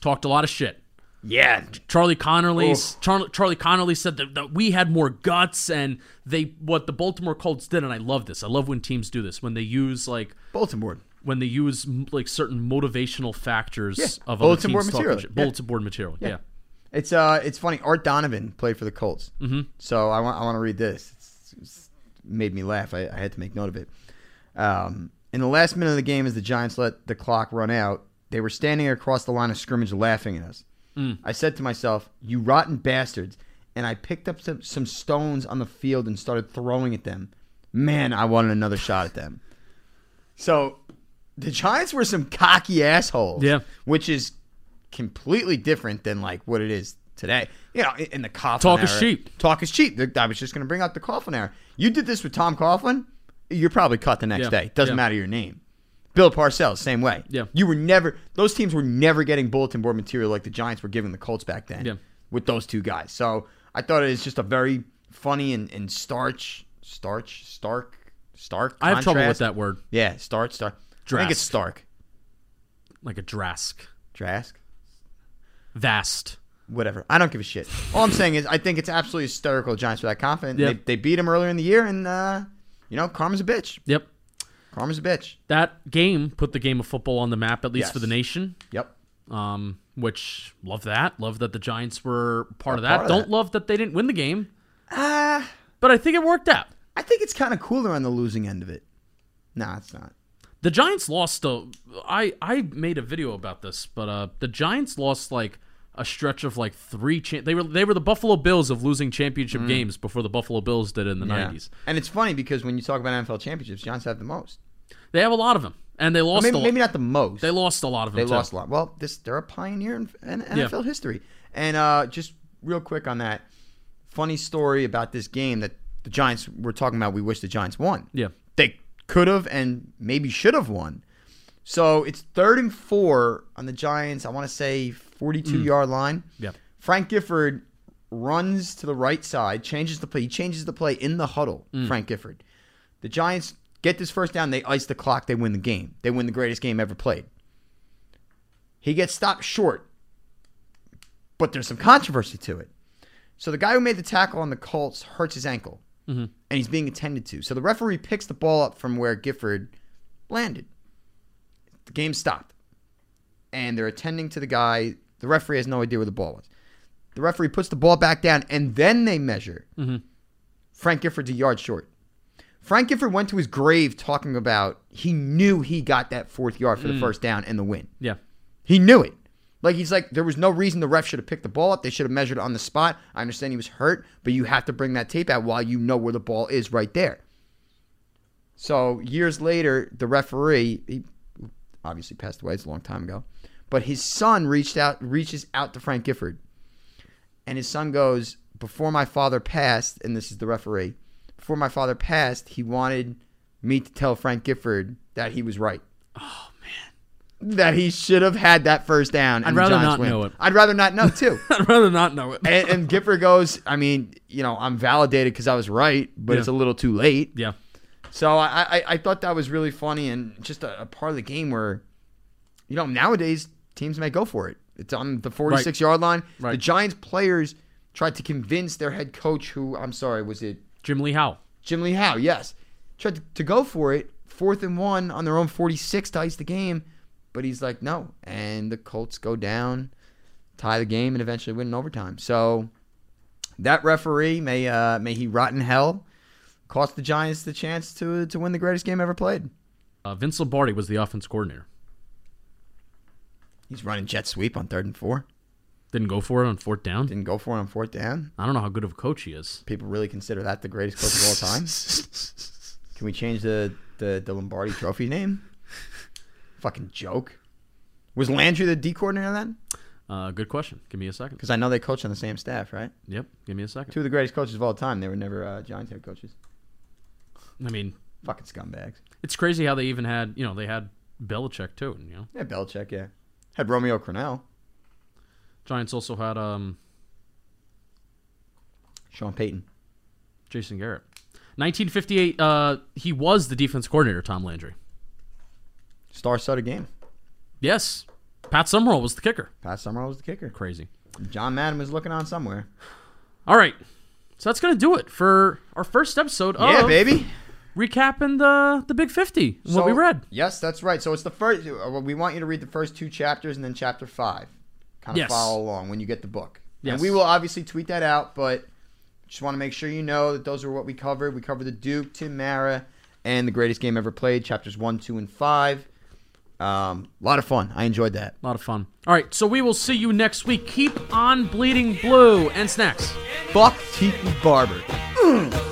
Speaker 1: talked a lot of shit.
Speaker 2: Yeah.
Speaker 1: Charlie Connerly, Char- Charlie Connerly said that, that we had more guts and they what the Baltimore Colts did, and I love this. I love when teams do this when they use like
Speaker 2: Baltimore.
Speaker 1: when they use m- like certain motivational factors
Speaker 2: Yeah,
Speaker 1: of
Speaker 2: bulletin
Speaker 1: other
Speaker 2: board
Speaker 1: teams talking
Speaker 2: material.
Speaker 1: shit.
Speaker 2: Yeah.
Speaker 1: bulletin board material. Yeah.
Speaker 2: It's uh, it's funny. Art Donovan played for the Colts, mm-hmm. so I want I want to read this. It's, it's made me laugh. I, I had to make note of it. Um, in the last minute of the game, as the Giants let the clock run out, they were standing across the line of scrimmage, laughing at us. I said to myself, "You rotten bastards!" And I picked up some, some stones on the field and started throwing at them. Man, I wanted another shot at them. So the Giants were some cocky assholes.
Speaker 1: Yeah.
Speaker 2: Which is completely different than like what it is today. You know, in the Coughlin
Speaker 1: Talk is
Speaker 2: era-
Speaker 1: cheap.
Speaker 2: Talk is cheap. I was just going to bring up the Coughlin era. You did this with Tom Coughlin, you're probably cut the next
Speaker 1: Yeah.
Speaker 2: day. Doesn't
Speaker 1: Yeah.
Speaker 2: matter your name. Bill Parcells, same way.
Speaker 1: Yeah.
Speaker 2: You were never those teams were never getting bulletin board material like the Giants were giving the Colts back then
Speaker 1: Yeah.
Speaker 2: with those two guys. So I thought it was just a very funny and, and starch starch stark stark.
Speaker 1: I have trouble with
Speaker 2: contrast.
Speaker 1: that word,
Speaker 2: Yeah, stark stark. I think it's
Speaker 1: Drask.
Speaker 2: Stark.
Speaker 1: like a drask,
Speaker 2: Drask.
Speaker 1: vast.
Speaker 2: whatever. I don't give a shit. All I'm saying is I think it's absolutely hysterical. Giants are that confident.
Speaker 1: Yeah.
Speaker 2: They, they beat him earlier in the year, and uh, you know, karma's a bitch.
Speaker 1: Yep.
Speaker 2: Karma's a bitch.
Speaker 1: That game put the game of football on the map, at least
Speaker 2: Yes.
Speaker 1: for the nation.
Speaker 2: Yep.
Speaker 1: Um, which love that. Love that the Giants were part of
Speaker 2: Were
Speaker 1: that.
Speaker 2: part of
Speaker 1: Don't
Speaker 2: that.
Speaker 1: love that they didn't win the game,
Speaker 2: Ah,
Speaker 1: but I think it worked out.
Speaker 2: I think it's kind of cooler on the losing end of it. Nah, it's not.
Speaker 1: The Giants lost a, I I made a video about this, but uh the Giants lost like a stretch of like three cha- they were they were the Buffalo Bills of losing championship games before the Buffalo Bills did in the
Speaker 2: Mm. Yeah.
Speaker 1: 90s.
Speaker 2: And it's funny because when you talk about NFL championships, Giants have the most.
Speaker 1: They have a lot of them and they lost
Speaker 2: Maybe,
Speaker 1: a,
Speaker 2: maybe not the most.
Speaker 1: they lost a lot of them
Speaker 2: They
Speaker 1: too.
Speaker 2: lost a lot. Well, this they're a pioneer in, in NFL history. And uh, just real quick on that, funny story about this game that the Giants were talking about. We wish the Giants won.
Speaker 1: Yeah.
Speaker 2: They could have and maybe should have won. So it's third and four on the Giants. I want to say forty-two yard line.
Speaker 1: Yep.
Speaker 2: Frank Gifford runs to the right side, changes the play. He changes the play in the huddle. Frank Gifford. The Giants get this first down. They ice the clock. They win the game. They win the greatest game ever played. He gets stopped short, but there's some controversy to it. So the guy who made the tackle on the Colts hurts his ankle, and he's being attended to. So the referee picks the ball up from where Gifford landed. The game stopped, and they're attending to the guy. The referee has no idea where the ball was. The referee puts the ball back down, and then they measure. Frank Gifford's a yard short. Frank Gifford went to his grave talking about he knew he got that fourth yard for the first down and the win.
Speaker 1: Yeah.
Speaker 2: He knew it. Like he's like, there was no reason the ref should have picked the ball up. They should have measured on the spot. I understand he was hurt, but you have to bring that tape out while you know where the ball is right there. So years later, the referee he obviously passed away. It's a long time ago, but his son reached out, reaches out to Frank Gifford, and his son goes, "Before my father passed, and this is the referee. Before my father passed, he wanted me to tell Frank Gifford that he was right."
Speaker 1: Oh,
Speaker 2: that he should have had that first down. And
Speaker 1: I'd rather
Speaker 2: the Giants
Speaker 1: not
Speaker 2: win.
Speaker 1: know it.
Speaker 2: I'd rather not know too.
Speaker 1: I'd rather not know it.
Speaker 2: and, and Gifford goes, I mean, you know, I'm validated because I was right, but
Speaker 1: Yeah.
Speaker 2: it's a little too late.
Speaker 1: yeah.
Speaker 2: So I, I, I thought that was really funny and just a, a part of the game where, you know, nowadays teams may go for it. It's on the 46 yard line. The
Speaker 1: Right.
Speaker 2: Giants players tried to convince their head coach, who I'm sorry, was it
Speaker 1: Jim Lee Howe.
Speaker 2: Jim Lee Howe, yes. Tried to, to go for it, fourth and one on their own 46 to ice the game, but he's like, no. And the Colts go down, tie the game, and eventually win in overtime. So that referee, may uh, may he rot in hell, cost the Giants the chance to, to win the greatest game ever played.
Speaker 1: Uh, Vince Lombardi was the offense coordinator.
Speaker 2: He's running jet sweep on third and four.
Speaker 1: Didn't go for it on fourth down.
Speaker 2: Didn't go for it on fourth down.
Speaker 1: I don't know how good of a coach he is.
Speaker 2: People really consider that the greatest coach of all time. Can we change the, the, the Lombardi trophy name? Fucking joke. Was Landry the D coordinator then?
Speaker 1: Uh, good question. Give me a second.
Speaker 2: Because I know they coach on the same staff, right?
Speaker 1: Yep. Give me a second.
Speaker 2: Two of the greatest coaches of all time. They were never uh, Giants head coaches.
Speaker 1: I mean,
Speaker 2: Fucking scumbags.
Speaker 1: it's crazy how they even had, you know, they had Belichick too. You know,
Speaker 2: Yeah, Belichick, yeah. Had Romeo Cornell,
Speaker 1: Giants also had um,
Speaker 2: Sean Payton.
Speaker 1: Jason Garrett. 1958, uh, he was the defense coordinator, Tom Landry.
Speaker 2: Star-studded game.
Speaker 1: Yes. Pat Summerall was the kicker.
Speaker 2: Pat Summerall was the kicker.
Speaker 1: Crazy.
Speaker 2: John Madden was looking on somewhere.
Speaker 1: All right. So that's going to do it for our first episode of
Speaker 2: Yeah, baby.
Speaker 1: recapping the, the Big 50, and
Speaker 2: So-
Speaker 1: what we read.
Speaker 2: Yes, that's right. So it's the first. uh, We want you to read the first two chapters and then chapter five. Kind of
Speaker 1: Yes.
Speaker 2: follow along when you get the book.
Speaker 1: Yes.
Speaker 2: And we will obviously tweet that out, but just want to make sure you know that those are what we covered. We covered the Duke, Tim Mara, and the greatest game ever played, chapters one, two, and five. A um, lot of fun. I enjoyed that.
Speaker 1: A lot of fun. All right. So we will see you next week. Keep on bleeding blue and snacks.
Speaker 2: Fuck Tiki Barber. Mm.